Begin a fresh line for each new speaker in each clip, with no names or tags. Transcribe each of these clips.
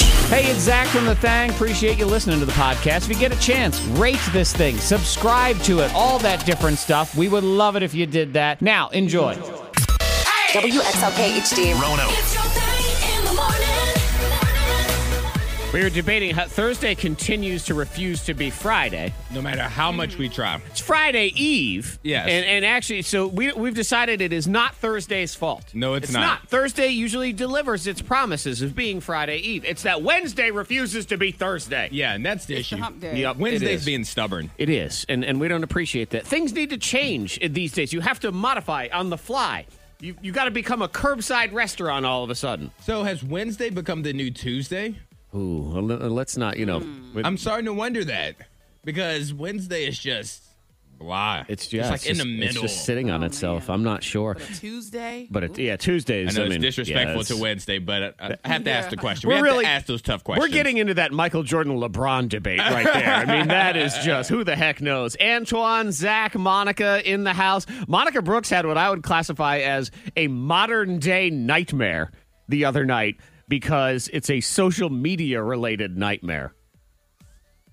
Hey, it's Zach from The Thang. Appreciate you listening to the podcast. If you get a chance, rate this thing, subscribe to it, all that different stuff. We would love it if you did that. Now, enjoy.
WXLK HD.
It's your thing in the morning.
We were debating how Thursday continues to refuse to be Friday.
no matter how much
Mm.
we try.
It's Friday Eve.
Yes.
And, and actually, so we, we've decided it is not Thursday's fault.
No, it's
it's
not.
Thursday usually delivers its promises of being Friday Eve. It's that Wednesday refuses to be Thursday.
Yeah, and that's the issue.
hump day.
Yep, it
Wednesday's
is.
being stubborn.
It is, and, and we don't appreciate that. Things need to change these days. You have to modify on the fly. You you got to become a curbside restaurant all of a sudden.
So has Wednesday become the new Tuesday?
Ooh, well, le- let's not. You know, with-
I'm starting to wonder that because Wednesday is just blah.
it's
It's
just
like in
it's
the
just-
middle.
It's just sitting on
Oh,
itself.
man.
I'm not sure,
But a Tuesday.
but it, yeah, Tuesdays.
I know it's
mean, yeah,
disrespectful to
it's-
Wednesday, but I, I have to ask the question.
We're
we have
really-
to ask those tough questions.
We're getting into that Michael Jordan LeBron debate right there. I mean, that is just who the heck knows. Antoine, Zach, Monica in the house. Monica Brooks had what I would classify as a modern day nightmare the other night because it's a social media related nightmare.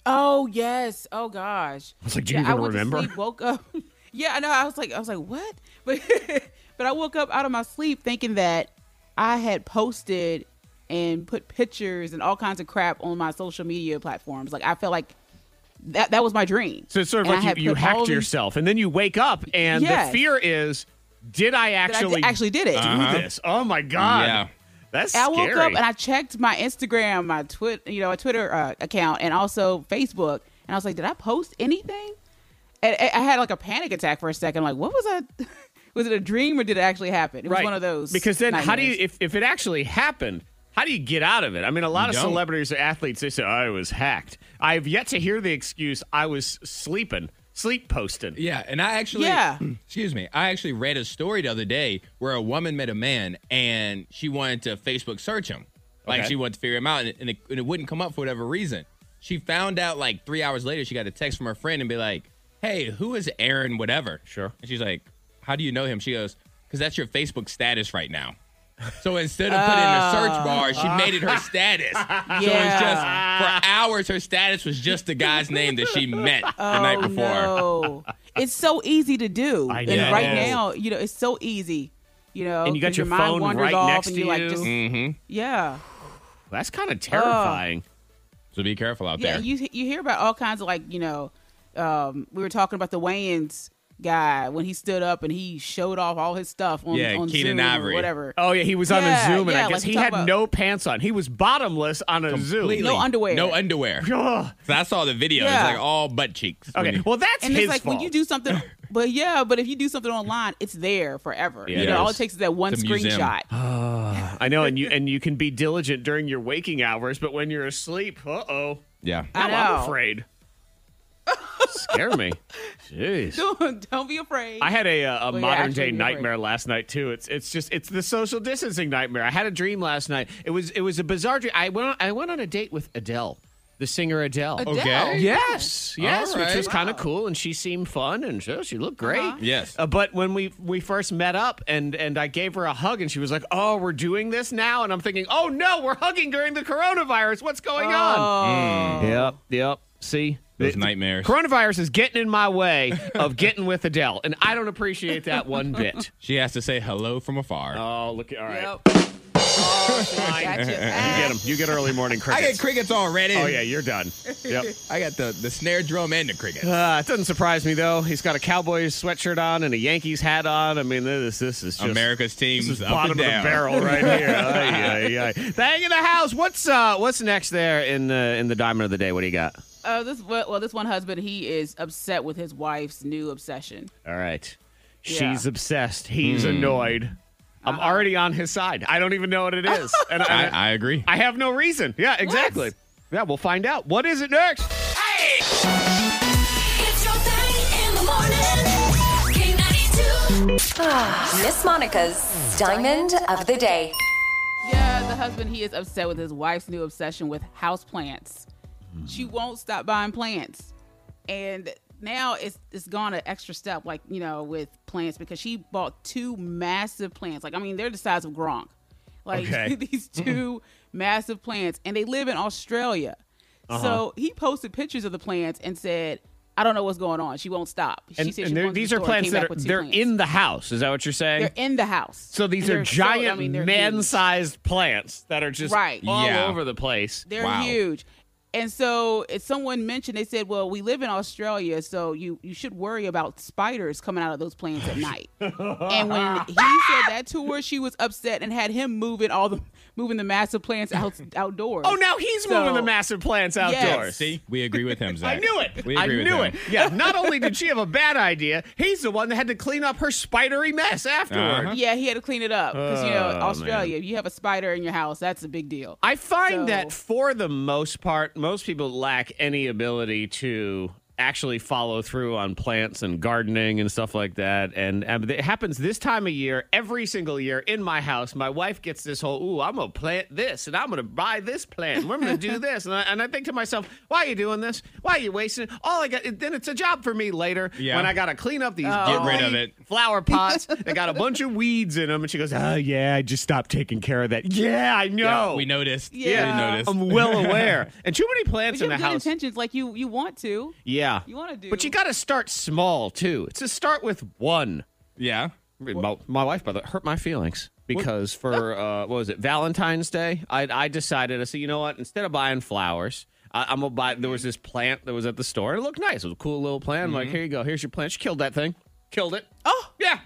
Oh yes. Oh gosh. I
was like, do you even
went to
remember?
sleep, woke up. yeah, I know. I was like, I was like, what? But but I woke up out of my sleep thinking that I had posted and put pictures and all kinds of crap on my social media platforms. Like I felt like that that was my dream.
So it's sort of
And I
like
had
you, you
put all
hacked
these-
yourself, and then you wake up, and
Yes.
the fear is did I
that I
actually,
d- actually did it.
do this? Oh my God.
Uh-huh. Yeah.
That's
I
scary.
woke up and I checked my Instagram, my twit, you know, my Twitter uh, account, and also Facebook, and I was like, did I post anything? And I I had like a panic attack for a second, like, what was I? was it a dream or did it actually happen? It was one of those.
Because then, how do you,
nightmares.
if, if it actually happened, how do you get out of it? I mean, a lot
You
of
don't.
celebrities or athletes, they say, "Oh, I was hacked. I have yet to hear the excuse, I was sleeping, sleep posted.
Yeah, and I actually,
Yeah.
excuse me, I actually read a story the other day where a woman met a man and she wanted to Facebook search him, like
Okay.
she wanted to figure him out, and it, and, it, and it wouldn't come up for whatever reason. She found out like three hours later. She got a text from her friend and be like, "Hey, who is Aaron? Whatever."
Sure.
And she's like, "How do you know him?" She goes, "Cause that's your Facebook status right now." So instead of putting in the
Oh.
search bar, she made it her status. So it's just for hours, her status was just the guy's name that she met the night
Oh,
before.
no. it's so easy to do.
I
And
know.
right now, you know, it's so easy. You know,
And you got
'cause
your
mind
phone
wanders
right
off
next
and
to
you like
you.
just
Mm-hmm.
yeah.
That's kind of
Oh.
terrifying.
So be careful out
Yeah,
there.
you you hear about all kinds of like you know, um, we were talking about the Wayans guy when he stood up and he showed off all his stuff on
Yeah,
on
Keenan
Zoom or
Ivory.
whatever.
oh, yeah. He was on
Yeah,
a Zoom, and
yeah,
I guess
like you
he
talk
had
about-
no pants on. He was bottomless on a
Completely.
Zoom.
No underwear.
No underwear.
Ugh.
'Cause I saw the video.
Yeah.
It's like all butt cheeks. When
Okay.
you-
Well, that's
and
his
it's like
fault.
when you do something, but yeah, but if you do something online, it's there forever.
Yeah,
you
it
know, all
is.
it takes is that one
It's a museum.
screenshot.
I know, and you and you can be diligent during your waking hours, but when you're asleep, uh oh.
yeah.
I
I'm
know.
afraid. Scare me. Jeez.
Don't, don't be afraid.
I had a, uh, a
Well, yeah,
modern
actually,
day
you're
nightmare last night too. It's it's just it's the social distancing nightmare. I had a dream last night. It was it was a bizarre dream. I went on, I went on a date with Adele, the singer Adele.
Adele.
Okay.
Yes, yes, which
right.
was kind of cool, and she seemed fun, and she, she looked great.
Uh-huh.
Yes.
Uh, but when we we first met up, and and I gave her a hug, and she was like, "Oh, we're doing this now," and I'm thinking, "Oh no, we're hugging during the coronavirus. What's going
Uh,
Mm.
Oh.
on?" Yep, yep. See.
Those
The- the
nightmares.
Coronavirus is getting in my way of getting with Adele, and I don't appreciate that one bit.
She has to say hello from afar.
Oh, look! All right,
Yep.
fine.
Gotcha.
You get 'em. You get early morning
I get
crickets.
crickets already.
oh yeah, you're done. Yep.
I got the, the snare drum and the crickets.
Uh, it doesn't surprise me though. He's got a Cowboys sweatshirt on and a Yankees hat on. I mean, this this is just
America's teams
This is
up
bottom
and down.
of the barrel right here. ay, ay, ay. Bang in the house. What's uh what's next there in the in the diamond of the day? What do you got?
Uh, this well, well, this one husband, he is upset with his wife's new obsession.
All right, Hmm.
Yeah.
she's obsessed. He's annoyed. I'm already on his side. I don't even know what it is, and
I,
Uh-huh. I,
I agree.
I have no reason. Yeah, exactly. Yeah, we'll find out. What is it next?
It's your thing in the morning. K92.
Ah, Miss Monica's Diamond of the Day.
Yeah, the husband, he is upset with his wife's new obsession with house plants.
Mm-hmm.
She won't stop buying plants. And now it's it's gone an extra step, like, you know, with plants because she bought two massive plants. Like, I mean, they're the size of Gronk. Like
Okay.
these two massive plants, and they live in Australia.
Uh-huh.
So he posted pictures of the plants and said, "I don't know what's going on. She won't stop." She
And,
said
and
she
they're-
went to the
these are
store and
plants
came
that
back
are
with two
they're
plants.
in the house. Is that what you're saying?
They're in the house.
so these
And
are
they're so- I
giant
mean, they're huge.
man-sized plants that are just
Right.
all
Yeah.
over the place.
They're
Wow.
huge. And so it's someone mentioned they said, "Well, we live in Australia, so you you should worry about spiders coming out of those plants at night." and when he said that to her, she was upset and had him moving all the moving the massive plants out outdoors.
Oh, now he's
So-
moving the massive plants
Yes.
outdoors.
See, we agree with him, Zach.
I knew it.
We
I
agree with
knew
him.
it. Yeah. Not only did she have a bad idea, he's the one that had to clean up her spidery mess afterward.
Uh-huh.
Yeah, he had to clean it up because you know
Oh,
Australia. If you have a spider in your house, that's a big deal.
I find
So-
that for the most part, most people lack any ability to actually follow through on plants and gardening and stuff like that. And um, it happens this time of year, every single year in my house. My wife gets this whole, ooh, I'm going to plant this and I'm going to buy this plant. and We're going to do this. And I, and I think to myself, why are you doing this? Why are you wasting it? All I got, then it's a job for me later
Yeah.
when I got to clean up these
Get rid
ugly
of it.
flower pots that got a bunch of weeds in them. And she goes, oh, yeah, I just stopped taking care of that. Yeah, I know.
Yeah, we noticed.
Yeah.
we noticed.
I'm well aware. And too many plants
But you
in the
have good
house.
intentions, like you you want to.
Yeah.
You wanna do-
But you got to start small, too. It's a start with one.
yeah.
My, my wife, by the way, hurt my feelings because for, uh, what was it, Valentine's Day, I, I decided, I said, you know what, instead of buying flowers, I, I'm going to buy, there was this plant that was at the store. It looked nice. It was a cool little plant. I'm like,
Mm-hmm.
here you go. Here's your plant. She killed that thing. Killed it.
Oh,
Yeah.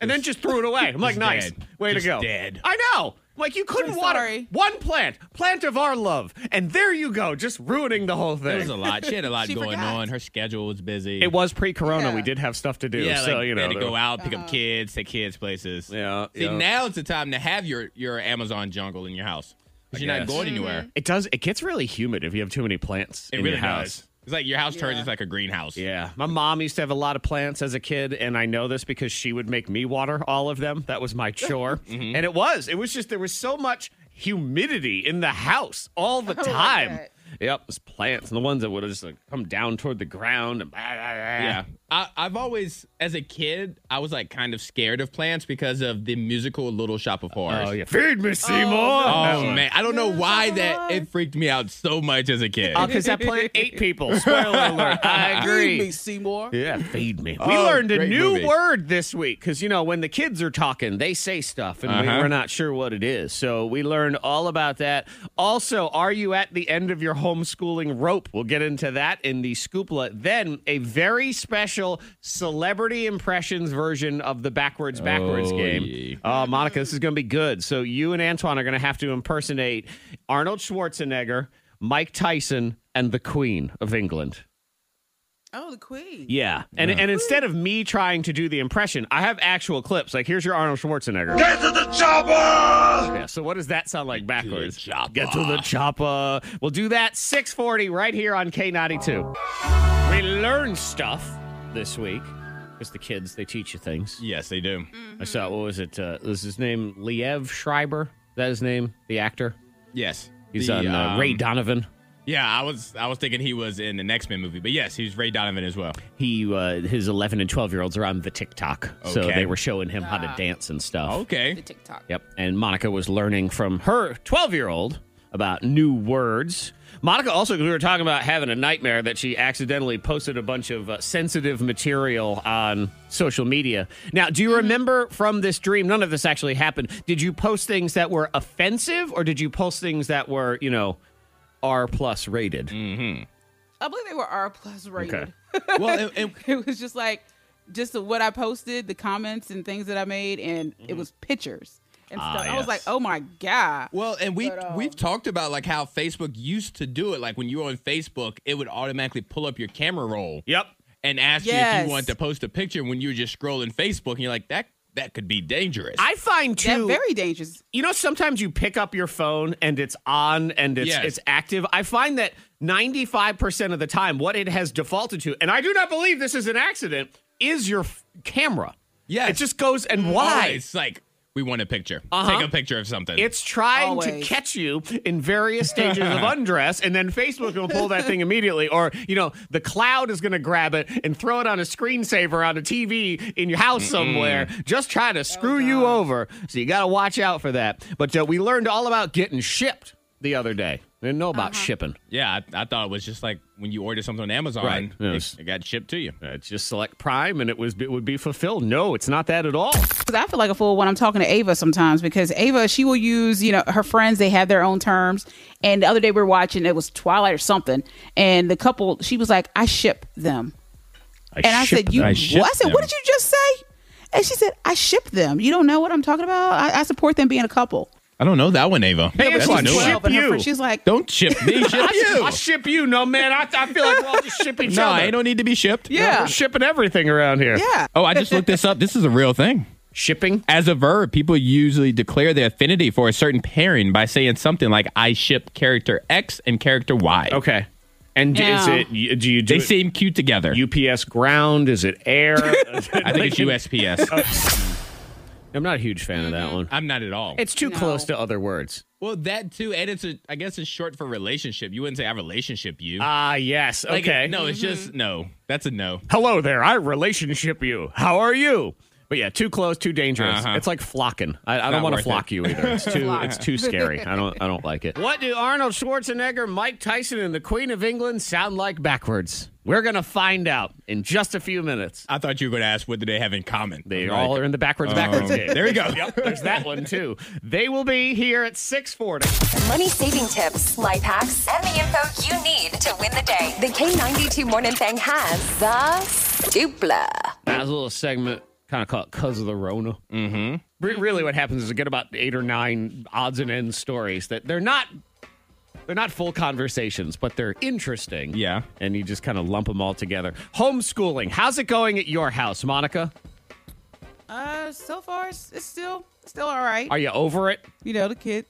And then just threw it away. I'm like,
Just
nice.
dead.
Way
Just
to go.
dead.
I know. Like, you couldn't
I'm
water
sorry.
one plant, plant of our love. And there you go, just ruining the whole
There
thing.
was a lot. She had a lot
She
going
forgot.
on. Her schedule was busy.
it was pre corona.
Yeah.
We did have stuff to do.
Yeah,
so,
like,
you
they
know.
had to
there-
go out, pick up kids, take kids places.
Yeah,
See,
yeah.
now it's the time to have your your Amazon jungle in your house because you're not
guess.
going anywhere.
It does. It gets really humid if you have too many plants
It
in
really
your house.
does. It's like your house turns
Yeah.
into like a greenhouse.
Yeah, my mom used to have a lot of plants as a kid, and I know this because she would make me water all of them. That was my chore, and it was. It was just there was so much humidity in the house all the time.
that.
Yep, it was plants and the ones that would have just like come down toward the ground. And blah, blah, blah.
Yeah. I, I've always, as a kid, I was like kind of scared of plants because of the musical Little Shop of Horrors.
Oh yeah, feed me Seymour.
Oh, man. I don't know why that it freaked me out so much as a kid.
because Oh, that plant ate people. Spoiler alert. I agree.
feed me, Seymour.
Yeah, feed me. We
Oh,
learned a
great
new
movie.
word this week because, you know, when the kids are talking, they say stuff and we,
Uh-huh.
we're not sure what it is. So we learned all about that. Also, are you at the end of your homeschooling rope? We'll get into that in the scoopla. Then a very special celebrity impressions version of the backwards backwards
Oh,
game.
yeah.
Uh, Monica, this is going to be good. So you and Antoine are going to have to impersonate Arnold Schwarzenegger, Mike Tyson, and the Queen of England.
Oh, the queen.
Yeah. And and instead of me trying to do the impression, I have actual clips. Like here's your Arnold Schwarzenegger. Get to the chopper. Yeah, so what does that sound like backwards?
chopper.
Get to the chopper. We'll do that 640 right here on K92. We learned stuff this week. Because the kids, they teach you things.
yes, they do.
I saw what was it? Uh, was his name Liev Schreiber? Is that his name? The actor?
Yes.
He's
The,
on uh,
um,
Ray Donovan.
Yeah, I was I was thinking he was in the X Men movie, but yes, he's Ray Donovan as well.
He uh, his 11 and 12 year olds are on the TikTok. So
Okay. Ah.
they were showing him how to dance and stuff.
The
Okay,
TikTok.
Yep. And Monica was learning from her 12 year old about new words. Monica also, 'cause we were talking about having a nightmare that she accidentally posted a bunch of uh, sensitive material on social media. Now, do you remember from this dream? None of this actually happened. Did you post things that were offensive or did you post things that were, you know, R plus rated?
I believe they were R plus rated.
Okay.
well, and- and
it was just like just what I posted, the comments and things that I made, and
Mm-hmm.
it was pictures and
Ah,
stuff. I was
yes.
like, oh my god.
Well, and we
But, um,
we've talked about like how Facebook used to do it. Like when you were on Facebook, it would automatically pull up your camera roll.
Yep.
And ask you if
Yes.
you want to post a picture when you were just scrolling Facebook, and you're like that that could be dangerous.
I find
That
too.
very dangerous.
you know sometimes you pick up your phone and it's on and it's
Yes.
it's active i find that 95% of the time what it has defaulted to and i do not believe this is an accident is your f- camera
Yes.
it just goes and
Always,
why
Oh, It's like we want a picture.
Uh-huh.
Take a picture of something.
It's trying to
Always.
catch you in various stages of undress, and then Facebook will pull that thing immediately, or you know, the cloud is going to grab it and throw it on a screensaver on a TV in your house somewhere, just trying to screw you over. So you got to watch out for that. But uh, we learned all about getting shipped the other day. We didn't know about shipping.
yeah, I, I thought it was just like when you order something on Amazon,
Right. Yes.
it, it got shipped to you.
Uh, just select Prime, and it was it would be fulfilled. No, it's not that at all.
Because I feel like a fool when I'm talking to Ava sometimes because Ava, she will use, you know, her friends, they have their own terms. And the other day we were watching, it was Twilight or something. And the couple, she was like, I ship them. and I
ship
said, You
I ship
what? I said, What
them.
did you just say? And she said, I ship them. You don't know what I'm talking about? I, I support them being a couple.
I don't know that one, Ava.
it's
That's
on
a new one.
ship.
and her
you.
friend- she's like,
Don't ship me, ship you.
I ship you, no man. I, I feel like we're all just shipping each
no,
other.
I don't need to be shipped.
Yeah.
We're shipping everything around here.
Yeah.
Oh, I just looked this up. This is a real thing.
Shipping.
As a verb, people usually declare their affinity for a certain pairing by saying something like "I ship character X and character Y."
Okay. And
Yeah.
is it? y- Do you do
They
it
seem cute together.
UPS ground? Is it air? Is it-
I think it's USPS.
I'm not a huge fan of that one.
I'm not at all.
It's too
No.
close to other words.
well, that too, and it's a, I guess it's short for relationship. You wouldn't say I relationship you.
Ah, yes.
Like,
Okay. Mm-hmm.
No, it's just no. That's a no.
Hello there. I relationship you. How are you? But yeah, too close, too dangerous.
Uh-huh.
It's like flocking. I, I don't
Not
want to
worth
flock
it.
you either. It's too it's too scary. I don't I don't like it. What do Arnold Schwarzenegger, Mike Tyson, and the Queen of England sound like backwards? We're gonna find out in just a few minutes.
I thought you were going to ask what do they have in common.
They
I'm
all
like,
are in the backwards
um,
backwards game.
there you go.
Yep, there's that one too. They will be here at 640.
Money saving tips, life hacks, and the info you need to win the day. The K92 Morning Thing has the dupla.
That was a little segment, kind of called "Cause of the Rona." Mm-hmm. really, what happens is we get about eight or nine odds and ends stories that they're not they're not full conversations, but they're interesting.
Yeah.
and you just kind of lump them all together. Homeschooling, how's it going at your house, Monica?
uh, so far, it's, it's still still all right.
Are you over it?
you know, the kids.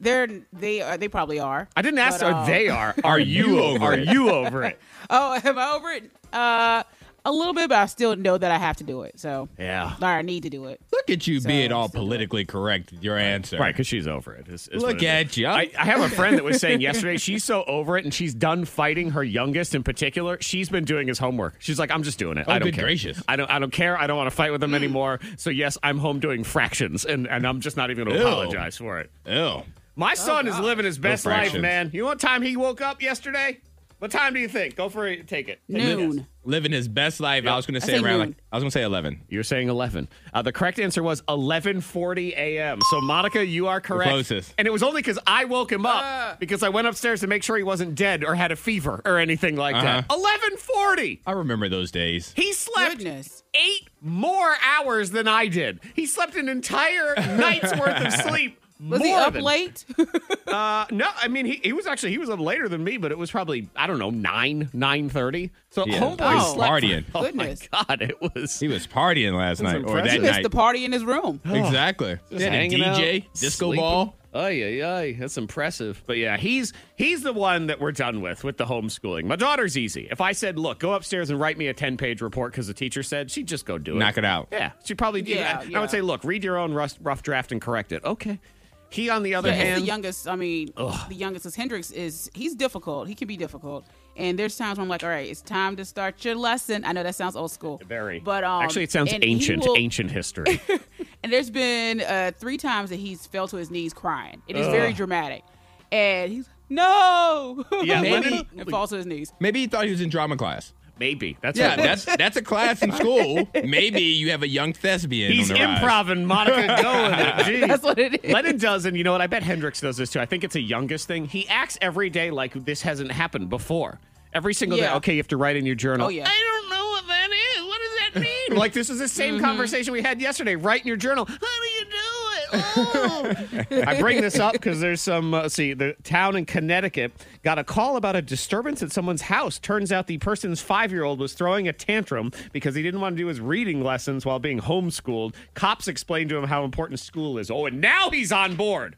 They're they are they probably are.
I didn't ask.
But,
are
uh,
they are? Are you over? Are you over it?
Oh, am I over it? Uh, a little bit, but I still know that I have to do it. So
Yeah.
or I need to do it.
Look at you being all
so-
politically correct with your answer.
Right, because she's over it. is- is
Look
what it
at
is.
you.
I, I have a friend that was saying yesterday she's so over it and she's done fighting her youngest in particular. She's been doing his homework. She's like, I'm just doing it.
Oh,
I don't
good
care.
gracious. Mm.
I don't. I don't care. I don't want to fight with him anymore. So yes, I'm home doing fractions, and and I'm just not even going to
Ew.
apologize for it.
Ew.
My son is living his best life,
fractions.
man. You know what time he woke up yesterday? What time do you think? Go for it. Take it. Take a guess.
Noon.
Living his best life. I was going to say
say
around
noon.
like I was going to say 11.
You're saying 11. Uh, the correct answer was 11:40 a.m. So Monica, you are correct.
closest.
And it was only because I woke him up
Ah.
because I went upstairs to make sure he wasn't dead or had a fever or anything like that.
Uh-huh.
11:40.
I remember those days.
He slept
Goodness.
eight more hours than I did. He slept an entire night's worth of sleep.
Was he
more
up
than-
late?
Uh, no, I mean he, he was actually he was up later than me, but it was probably I don't know nine nine thirty. So
Yeah.
homeboy
He was
slept for-
partying.
oh
Goodness.
my god, it was
He was partying last night or
impressive.
that
he missed
night.
the party in his room.
Exactly. They had a
hanging
DJ,
out,
disco
sleeping.
ball.
Ay, ay, ay. That's impressive. But yeah, he's he's the one that we're done with with the homeschooling. My daughter's easy. If I said, look, go upstairs and write me a 10 page report because the teacher said, she'd just go do it.
Knock it out.
Yeah. She'd probably do
Yeah,
that. I
yeah.
would say, look, read your own rough, rough draft and correct it. Okay. He, on the other
Yeah, it's
hand,
the youngest. I mean, the youngest is Hendrix. Is he's difficult? He can be difficult. And there's times when I'm like, all right, it's time to start your lesson. I know that sounds old school,
very.
But um,
Actually, it sounds
and he
ancient,
will-
ancient history.
And there's been uh, three times that he's fell to his knees crying. It is very dramatic, and he's no,
Yeah,
Maybe-
and falls to his knees.
Maybe he thought he was in drama class.
Maybe. That's
Yeah,
what it
that's that's a class in school. Maybe you have a young thespian.
He's
on the rise.
improving, Monica. Go with it. Jeez.
That's what it is.
Lennon does, and you know what? I bet Hendrix does this too. I think it's a youngest thing. He acts every day like this hasn't happened before. Every single day.
Yeah.
Okay, you have to write in your journal.
Oh, yeah.
I don't know what that is. What does that mean? like this is the same
Mm-hmm.
conversation we had yesterday. Write in your journal. How do you do it? Oh. I bring this up because there's some. Uh, see, the town in Connecticut got a call about a disturbance at someone's house. Turns out the person's five-year-old was throwing a tantrum because he didn't want to do his reading lessons while being homeschooled. Cops explained to him how important school is. Oh, and now he's on board.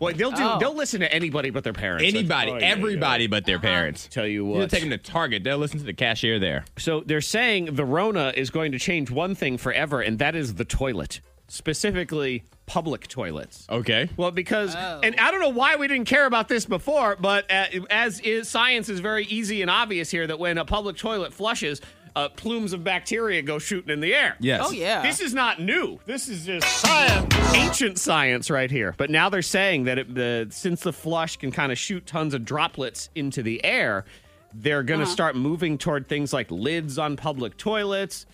Well, they'll do.
Oh.
They'll listen to anybody but their parents.
Anybody,
Oh, yeah, Uh-huh. yeah.
everybody but their parents.
Tell you
You'll
what.
take them to Target. They'll listen to the cashier there.
So they're saying the Rona is going to change one thing forever, and that is the toilet. specifically public toilets.
Okay.
Well, because, and I don't know why we didn't care about this before, but uh, as is, science is very easy and obvious here that when a public toilet flushes, uh, plumes of bacteria go shooting in the air.
Yes.
Oh yeah.
This is not new. This is just science, ancient science right here. But now they're saying that it, the since the flush can kind of shoot tons of droplets into the air, they're going to start moving toward things like lids on public toilets,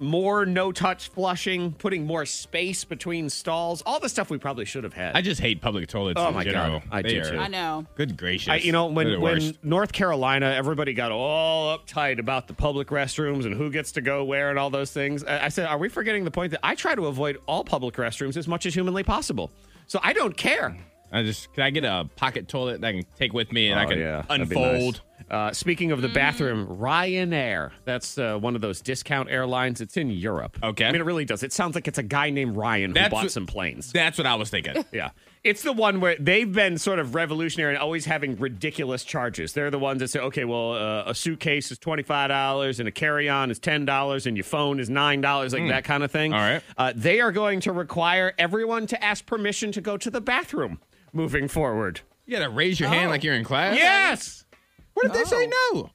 more no-touch flushing, putting more space between stalls, all the stuff we probably should have had.
I just hate public toilets
Oh
in
my God,
general.
I
They
do
are-
too.
I know.
Good gracious.
I, you know,
They're the
when when
worst.
North Carolina, everybody got all uptight about the public restrooms and who gets to go where and all those things. I, I said, are we forgetting the point that I try to avoid all public restrooms as much as humanly possible? So I don't care.
I just can I get a pocket toilet that I can take with me
Oh,
and I can unfold.
Uh, speaking of the bathroom, Ryanair. That's uh, one of those discount airlines. It's in Europe.
Okay.
I mean, it really does. It sounds like it's a guy named Ryan who
That's
bought
what-
some planes.
That's what I was thinking.
Yeah. It's the one where they've been sort of revolutionary and always having ridiculous charges. They're the ones that say, okay, well, uh, a suitcase is $25 and a carry on is $10 and your phone is $9, like that kind of thing.
Hmm. All right.
Uh, they are going to require everyone to ask permission to go to the bathroom moving forward.
You gotta raise your hand like you're in class.
Yes.
What if they say no?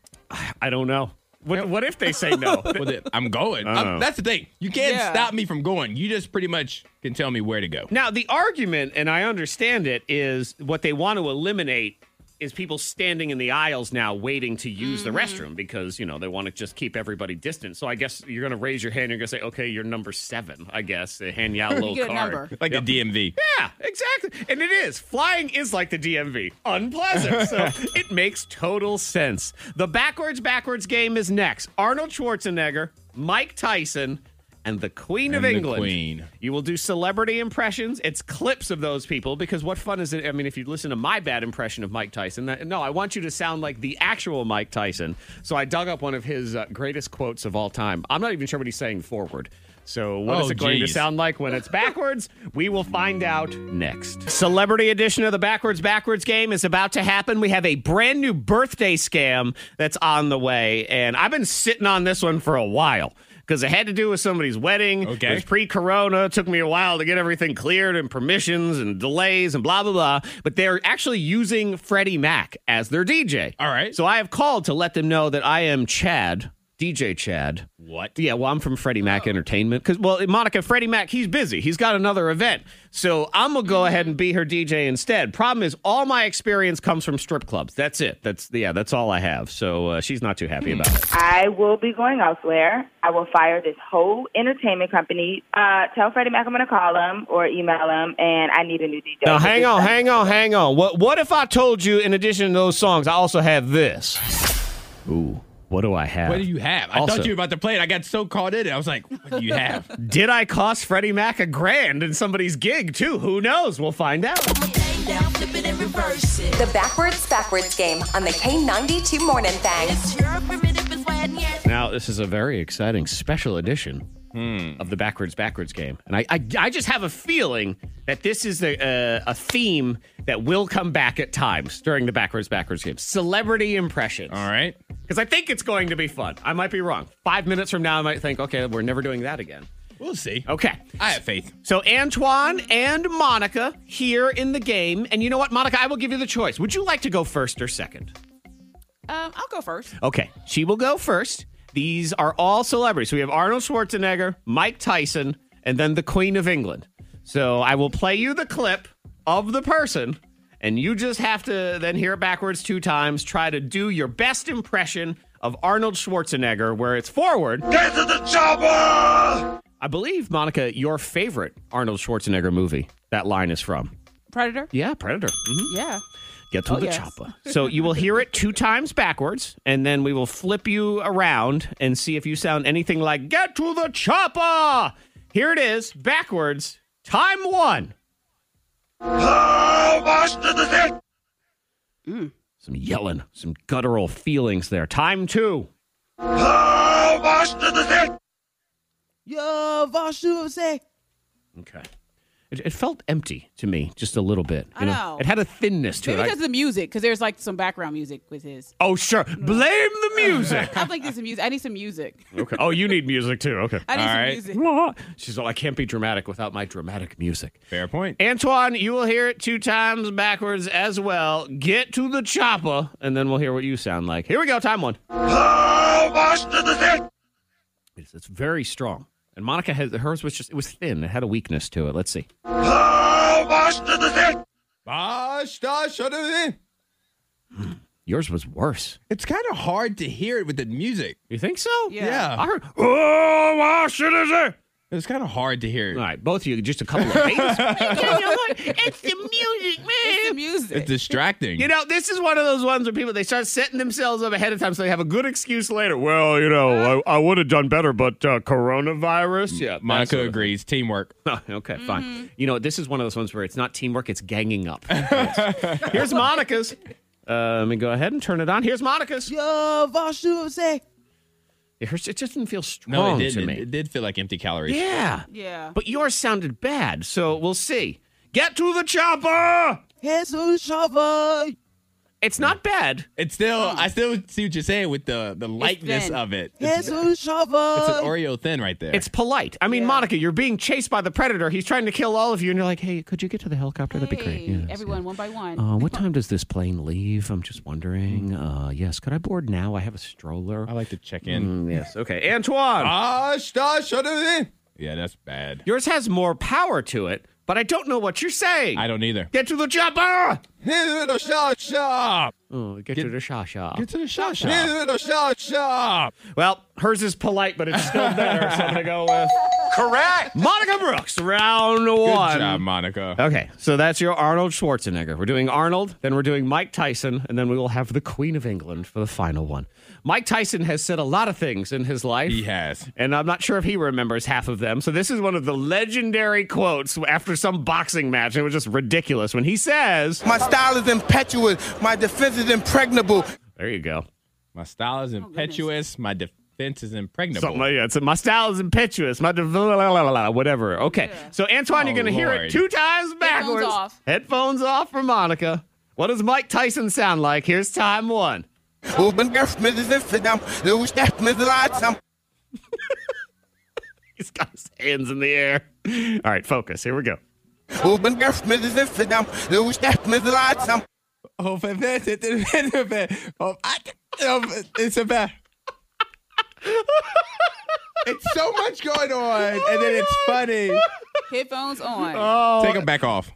I don't know. What, what if they say no?
Well, then I'm going.
Oh.
I'm- that's the thing. You can't
Yeah.
stop me from going. You just pretty much can tell me where to go.
Now, the argument, and I understand it, is what they want to eliminate is people standing in the aisles now waiting to use the restroom because, you know, they want to just keep everybody distant. So I guess you're going to raise your hand. You're going to say, okay, you're number seven, I guess. They hand you out a little
get a
card.
number.
Like the DMV.
Yeah, exactly. And it is. Flying is like the DMV. Unpleasant. So it makes total sense. The backwards, backwards game is next. Arnold Schwarzenegger, Mike Tyson, and the Queen of
And the
England.
Queen.
You will do celebrity impressions. It's clips of those people because what fun is it? I mean, if you listen to my bad impression of Mike Tyson, that, no, I want you to sound like the actual Mike Tyson. So I dug up one of his uh, greatest quotes of all time. I'm not even sure what he's saying forward. So what is
Oh,
it going to
geez.
sound like when it's backwards? we will find out next. Celebrity edition of the backwards backwards game is about to happen. We have a brand new birthday scam that's on the way, and I've been sitting on this one for a while. Because it had to do with somebody's wedding.
Okay.
It was pre corona. It took me a while to get everything cleared and permissions and delays and blah, blah, blah. But they're actually using Freddie Mac as their DJ.
All right.
So I have called to let them know that I am Chad, DJ Chad.
What?
Yeah, well, I'm from Freddie
Oh.
Mac Entertainment. Because, well, Monica, Freddie Mac, he's busy. He's got another event. So I'm going to go ahead and be her DJ instead. Problem is, all my experience comes from strip clubs. That's it. That's, yeah, that's all I have. So uh, she's not too happy about it.
I will be going elsewhere. I will fire this whole entertainment company. Uh, tell Freddie Mac I'm going to call him or email him, and I need a new DJ.
Now, hang on, hang on, hang on. What, what if I told you, in addition to those songs, I also have this? Ooh, what do I have?
What do you have? I
Also-
thought you were about to play it. I got so caught in it. I was like, what do you have?
Did I cost Freddie Mac a grand in somebody's gig, too? Who knows? We'll find out.
Lay down, flip it and reverse it.
The backwards, backwards game on the K92 Morning Thing.
It's your primitive is wet and yet.
Now, this is a very exciting special edition
Hmm.
of the backwards backwards game, and I, I I just have a feeling that this is a uh, a theme that will come back at times during the backwards backwards game. Celebrity impressions.
All right.
because I think it's going to be fun. I might be wrong. Five minutes from now, I might think, okay, we're never doing that again.
We'll see.
Okay.
I have faith.
So Antoine and Monica here in the game, and you know what, Monica, I will give you the choice. Would you like to go first or second?
Um, I'll go first.
Okay, she will go first. These are all celebrities. We have Arnold Schwarzenegger, Mike Tyson, and then the Queen of England. So I will play you the clip of the person, and you just have to then hear it backwards two times. Try to do your best impression of Arnold Schwarzenegger, where it's forward.
Get to the chopper!
I believe, Monica, your favorite Arnold Schwarzenegger movie that line is from.
Predator.
Yeah, Predator. Mhm.
Yeah.
Get to
Oh,
the
yes.
chopper. So you will hear it two times backwards, and then we will flip you around and see if you sound anything like "Get to the chopper." Here it is, backwards. Time one.
How much to the dick?
Mm.
Some yelling, some guttural feelings there. Time two.
How much to the dick?
Yo, Vashu say.
Okay. It, it felt empty to me just a little bit. You
I know.
It had a thinness to
Maybe
it. I-
because of the music, because there's like some background music with his.
oh, sure. Blame the music.
I think there's some music. I need some music.
okay. Oh, you need music too. Okay.
I need
All
some
right.
music.
She's all, I can't be dramatic without my dramatic music.
Fair point.
Antoine, you will hear it two times backwards as well. Get to the chopper, and then we'll hear what you sound like. Here we go. Time one.
How much to the head?
It's, it's very strong. And Monica has hers was just it was thin. It had a weakness to it. Let's see.
How much to the head?
It's
Yours was worse.
kind of hard to hear it with the music.
You think so?
Yeah.
I heard. Oh, Washington.
It's kind of hard to hear.
All right, both of you, just a couple of babies. it's the music,
It's the
man.
It's
music.
distracting.
You know, this is one of those ones where people they start setting themselves up ahead of time so they have a good excuse later. Well, you know, I, I would have done better, but uh, coronavirus. Yeah, that
Monica
sort of-
agrees. Teamwork.
okay, fine. You know, this is one of those ones where it's not teamwork; it's ganging up. Here's Monica's. Uh, let me go ahead and turn it on. Here's Monica's.
Yo, Vashu, say.
Hers- It just didn't feel
No,
strong
it did.
to
It,
me.
it did feel like empty calories.
Yeah.
Yeah.
But yours sounded bad, so we'll see. Get to the chopper! It's not bad.
It's still.
Oh.
I still see what you're saying with the the lightness
thin.
of it. It's, it's an Oreo thin right there.
It's polite. I mean, Monica, you're being chased by the predator. He's trying to kill all of you, and you're like, hey, could you get to the helicopter? That'd be great.
Hey,
Yes,
everyone,
yeah.
one by one.
Uh, what time does this plane leave? I'm just wondering. Uh, yes, could I board now? I have a stroller.
I like to check
Mm,
in.
Oh, yes, okay. Antoine!
Ah, sta- shut it in. Yeah, that's bad.
yours has more power to it, but I don't know what you're saying.
I don't either.
Get to the Ah! chopper!
the shot shop.
Oh, get, to the shasha.
Get to the shot shop. the shot shop.
Well, hers is polite, but it's still better, so I'm going to go with. Correct! Monica Brooks, round
Good
one.
job, Monica.
Okay, so that's your Arnold Schwarzenegger. We're doing Arnold, then we're doing Mike Tyson, and then we will have the Queen of England for the final one. Mike Tyson has said a lot of things in his life.
He has.
And I'm not sure if he remembers half of them. So this is one of the legendary quotes after some boxing match. It was just ridiculous when he says,
My style is impetuous. My defense is impregnable.
"There you go."
My style is impetuous. My defense is impregnable.
Something like yeah, it's my style is impetuous, my de- la- la- la- la- la- whatever. Okay, so Antoine, you're
Oh,
gonna hear it
Lord.
two times backwards.
off.
Headphones off for Monica. What does Mike Tyson sound like? Here's time one.
Open girth, Mrs. Infidel. Loose that, Mrs. Lightsome.
He's got his hands in the air. All right, focus. Here we go.
Open girth, Mrs. Infidel. Loose that, Mrs. Lightsome.
it's a bad. It's so much going on, and then it's
Oh
funny.
Headphones on.
Uh.
Take them back off.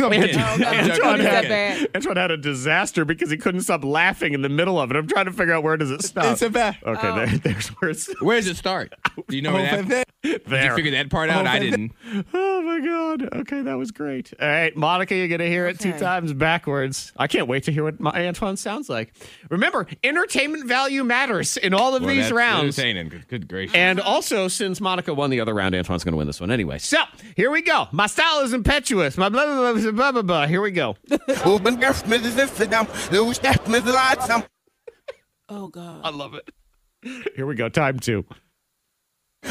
I'm kidding. I'm joking.
Antoine
I'm
had-
joking.
bad.
Antoine had a disaster because he couldn't stop laughing in the middle of it. I'm trying to figure out where does it stop.
It's a Oh. bad.
okay, there, there's where it's
Where does it start? Do you know where that, did you
there.
figure that part out? I didn't.
Oh my god. Okay, that was great. All right, Monica, you're gonna hear it two times backwards. I can't wait to hear what my Antoine sounds like. Remember, entertainment value matters in all of
Well,
these
that's
rounds.
entertaining. Good, good gracious.
And also, since Monica won the other round, Antoine's going to win this one anyway. So here we go. My style is impetuous. My blah blah blah blah blah blah. blah. Here we go.
Open girth, Mrs. Infidel. Loose that, Mrs. Lightsome.
oh, God.
I love it. Here we go. Time two.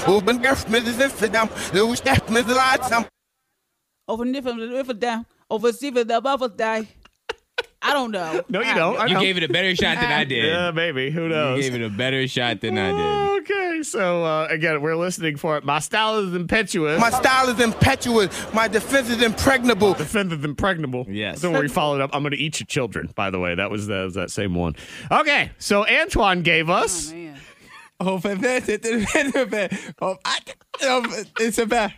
Open girth, Mrs. Infidel. Loose that, Mrs. Lightsome.
Over Niffer, Niffer down. Over Ziva, the Bubba die. I don't know.
No, you
I-
don't. I
you
know.
gave it a better shot than I did.
yeah, maybe. Who
You
knows?
gave it a better shot than I did.
Okay, so uh, again, we're listening for it. My style is impetuous.
My style is impetuous. My defense is impregnable.
Defended them pregnable.
Yes.
Don't worry, followed up. I'm going to eat your children, by the way. That was, that was that same one. Okay, so Antoine gave us.
Oh, man.
Oh, um, It's a bad.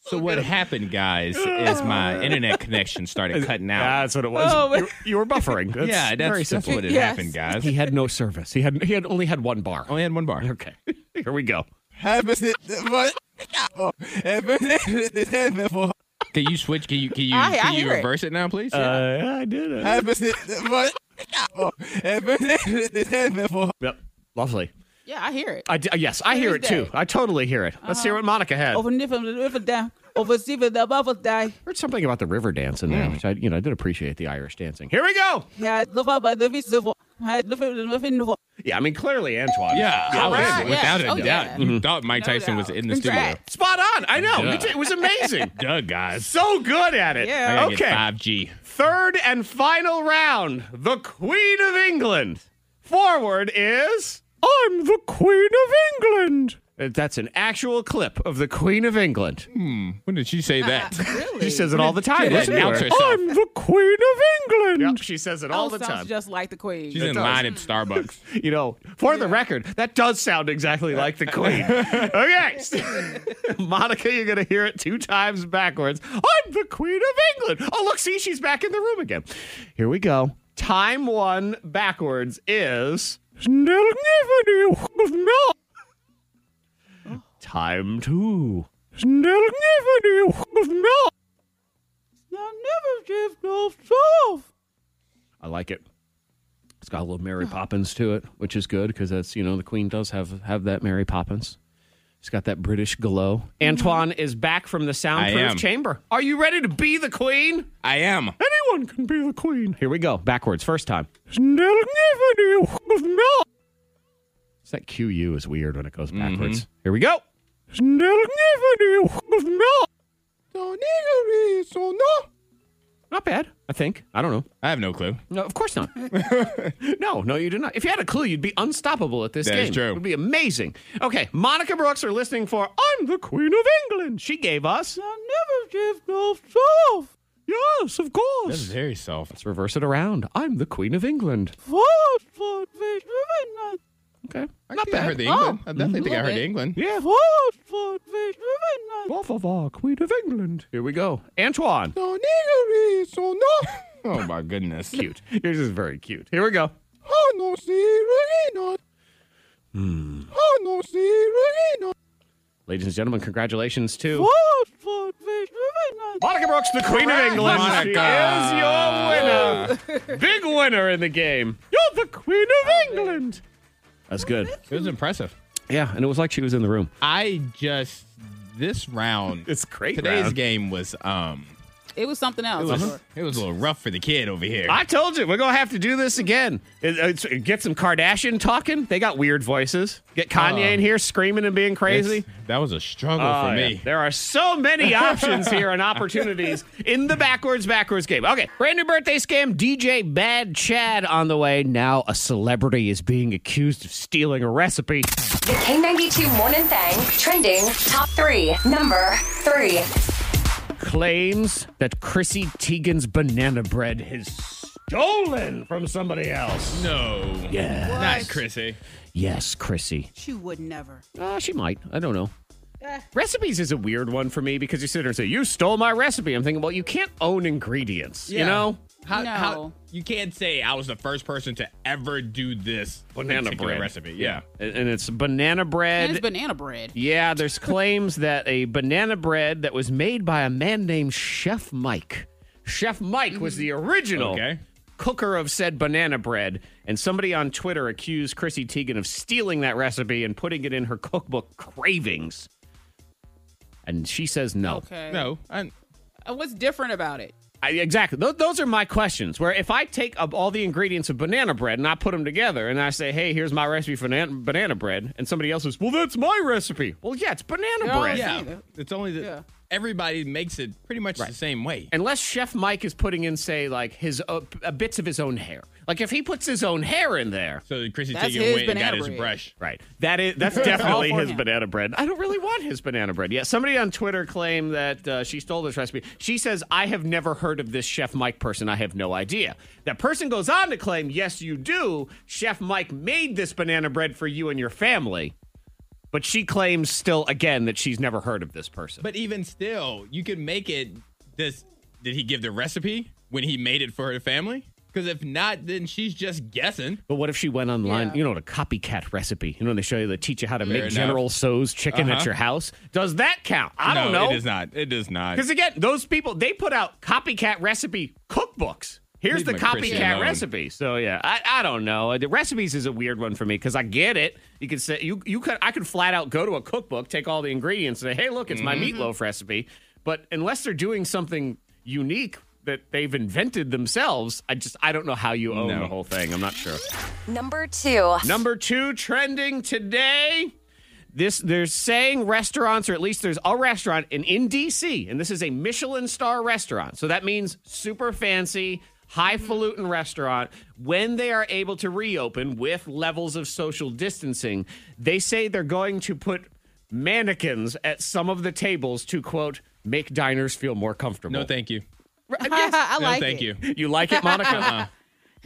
So what happened, guys, is my internet connection started cutting out.
That's what it was.
Oh, man.
you, you were buffering. That's
yeah,
very
that's, that's
simple.
what had
Yes.
happened, guys.
He had no service. He had he had only had one bar.
Only had one bar.
Okay, here we go.
Can you switch? Can you can you,
I- I
can you
hear it.
reverse it now, please?
Uh, yeah, I did it. Yep. Lovely.
Yeah, I hear it.
I d- uh, yes, I hear it too. I totally hear it. Let's hear what Monica had.
Oh. Over Niffer, Niffer down. Over Ziva, the Bubba die.
heard something about the river dance in
Mm.
there, which I you know I did appreciate the Irish dancing. Here we go.
Yeah, the Bubba, the Viziva. Had Niffer, Niffer, Niffer.
Yeah, I mean, clearly Antoine.
Yeah, I was-
right.
without a
Yes. Oh,
doubt.
yeah.
You thought Mike Tyson was
doubt.
in the studio.
Congrats.
Spot on. I know.
Yeah.
It, it was amazing.
Duh, guys.
so good at it.
Yeah. I
I gotta
Okay.
get 5G.
Third and final round. The Queen of England. Forward is I'm the Queen of England. Uh, That's an actual clip of the Queen of England.
When did she say that?
Really?
She says it all the time.
Yeah,
Listen to
announce
her.
herself.
the Queen of England. Yep, she says it all
Oh,
the
sounds
time.
just like the queen.
She's in
does.
line at Starbucks.
You know, for the record, that does sound exactly like the Queen. okay. Monica, you're going to hear it two times backwards. I'm the Queen of England. Oh, look, see, she's back in the room again. Here we go. Time one backwards is. Time two.
I'll never give no self.
I like it. It's got a little Mary Poppins to it, which is good because that's you know the Queen does have have that Mary Poppins. She's got that British glow. Antoine is back from the
I
soundproof
am.
chamber. Are you ready to be the Queen?
I am.
Anyone can be the Queen. Here we go. Backwards, first time. It's that QU is weird when it goes
Mm-hmm.
backwards. Here we go. Not bad, I think. I don't know.
I have no clue.
No, of course not. no, no, you do not. If you had a clue, you'd be unstoppable at this
That
game.
is true.
It would be amazing. Okay, Monica Brooks are listening for I'm the Queen of England. She gave us.
I'll never give no self.
Yes, of
That's
course.
very soft.
Let's reverse it around. I'm the Queen of England.
Vote for me, women.
Okay.
I
not
think I
bad. Oh. Mm-hmm.
heard the England. I definitely think I heard the England.
yeah.
Vote for me, women.
Off of our Queen of England. Here we go. Antoine.
No niggeries, so no. Oh my goodness.
Cute. Yours is very cute. Here we go.
Oh no, sereno. Oh no, sereno.
Ladies and gentlemen, congratulations to
Vote for me, women.
Monica Brooks, the Queen of England. She
Monica.
is your winner. Big winner in the game. You're the Queen of England. That's good.
It was impressive.
Yeah, and it was like she was in the room.
I just this round.
It's great
Today's
round.
game was um.
It was something else.
It was, it was a little rough for the kid over here.
I told you, we're going to have to do this again. It- it's- get some Kardashian talking. They got weird voices. Get Kanye
Uh,
in here screaming and being crazy.
It's- That was a struggle
Oh,
for
yeah.
me.
There are so many options here and opportunities in the backwards, backwards game. Okay, brand new birthday scam. DJ Bad Chad on the way. Now a celebrity is being accused of stealing a recipe.
The K92 Morning Thang trending top three. Number three.
Claims that Chrissy Teigen's banana bread is stolen from somebody else.
No.
Yeah.
Not Chrissy.
Yes, Chrissy.
She would never.
Uh, she might. I don't know. Recipes is a weird one for me because you sit there and say, You stole my recipe. I'm thinking, well, you can't own ingredients, you know?
How,
No.
how- you can't say I was the first person to ever do this
Banana
particular
bread.
recipe. Yeah.
And and it's banana bread.
And it's banana bread.
Yeah, there's claims that a banana bread that was made by a man named Chef Mike. Chef Mike was the original
Okay.
cooker of said banana bread, and somebody on Twitter accused Chrissy Teigen of stealing that recipe and putting it in her cookbook Cravings. And she says no.
Okay.
No. I,
Uh, What's different about it?
I, exactly. Th- those are my questions. Where if I take up all the ingredients of banana bread and I put them together and I say, hey, here's my recipe for nan- banana bread, and somebody else says, well, that's my recipe. Well, yeah, it's banana
They're all
bread.
the
Oh, yeah.
same, though.
It's only that
Yeah.
everybody makes it pretty much the same way.
unless Chef Mike is putting in, say, like his uh, p- uh, bits of his own hair. Like if he puts his own hair in there,
So Chrissy
That's
Teigen
his
went and got
banana
his
bread.
brush.
right? That is that's definitely
All for
his
him.
banana bread. I don't really want his banana bread. Yeah, somebody on Twitter claimed that uh, she stole this recipe. She says, "I have never heard of this Chef Mike person. I have no idea." That person goes on to claim, "Yes, you do. Chef Mike made this banana bread for you and your family." But she claims still again that she's never heard of this person.
But even still, you can make it. This did he give the recipe when he made it for her family? Because if not, then she's just guessing.
But what if she went online,
Yeah.
you know, to copycat recipe? You know, they show you, they teach you how to make
enough.
General So's chicken at
Uh-huh.
your house. Does that count? I don't
no,
know.
It does not. It does not.
Because again, those people, they put out copycat recipe cookbooks. Here's
Leave
the
my Christian
copycat
alone.
recipe. So yeah, I, I don't know. The recipes is a weird one for me because I get it. You could say you you could I could flat out go to a cookbook, take all the
Mm-hmm.
ingredients, and say, hey, look, it's my meatloaf recipe. But unless they're doing something unique that they've invented themselves. I just I don't know how you own
No.
the whole thing. I'm not sure.
Number two.
Number two trending today. This they're saying restaurants, or at least there's a restaurant in in DC, and this is a Michelin star restaurant. So that means super fancy, highfalutin restaurant. When they are able to reopen with levels of social distancing, they say they're going to put mannequins at some of the tables to quote make diners feel more comfortable.
No, thank you.
I
No,
like
thank
it.
you.
you like it, Monica?
Uh-uh.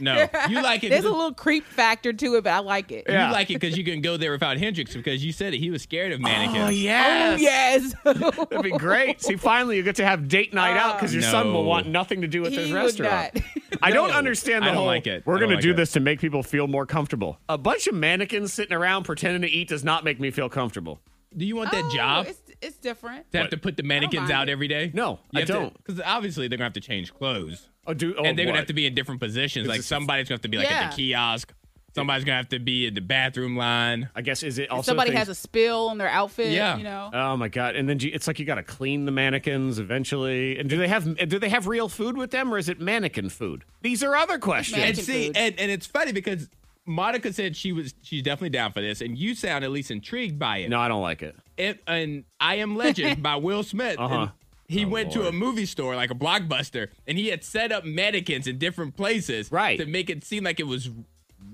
No, you like it.
There's a little creep factor to it, but I like it.
Yeah.
You like it because you can go there without Hendrix because you said it. He was scared of mannequins.
Oh
Oh,
yes.
yes.
That'd be great. See, finally, you get to have date night out because your son will
No.
want nothing to do with
He
this
would
restaurant.
not.
I don't
No.
understand the
I don't
whole.
like it.
We're
I don't
gonna
like
do
it."
this to make people feel more comfortable. A bunch of mannequins sitting around pretending to eat does not make me feel comfortable.
Do you want that
Oh,
job?
It's, it's different.
To have to put the mannequins
mind
out
it.
every day?
No, I don't.
Because obviously they're gonna have to change clothes,
Oh, do oh,
and they're
what?
gonna have to be in different positions. Like
this-
somebody's gonna have to be like at the kiosk. Somebody's gonna have to be at the bathroom line.
I guess is it also
Somebody
things-
has a spill on their outfit.
Yeah.
You know.
Oh my god! And then do you- it's like you got to clean the mannequins eventually. And do they have do they have real food with them, or is it mannequin food? These are other questions.
And
Mannequin
see,
food.
and, and it's funny because Monica said she was she's definitely down for this, and you sound at least intrigued by it.
No, I don't like it.
it and I Am Legend by Will Smith. and
Uh-huh.
He went to a movie store, like a blockbuster, and he had set up mannequins in different places
Right.
to make it seem like it was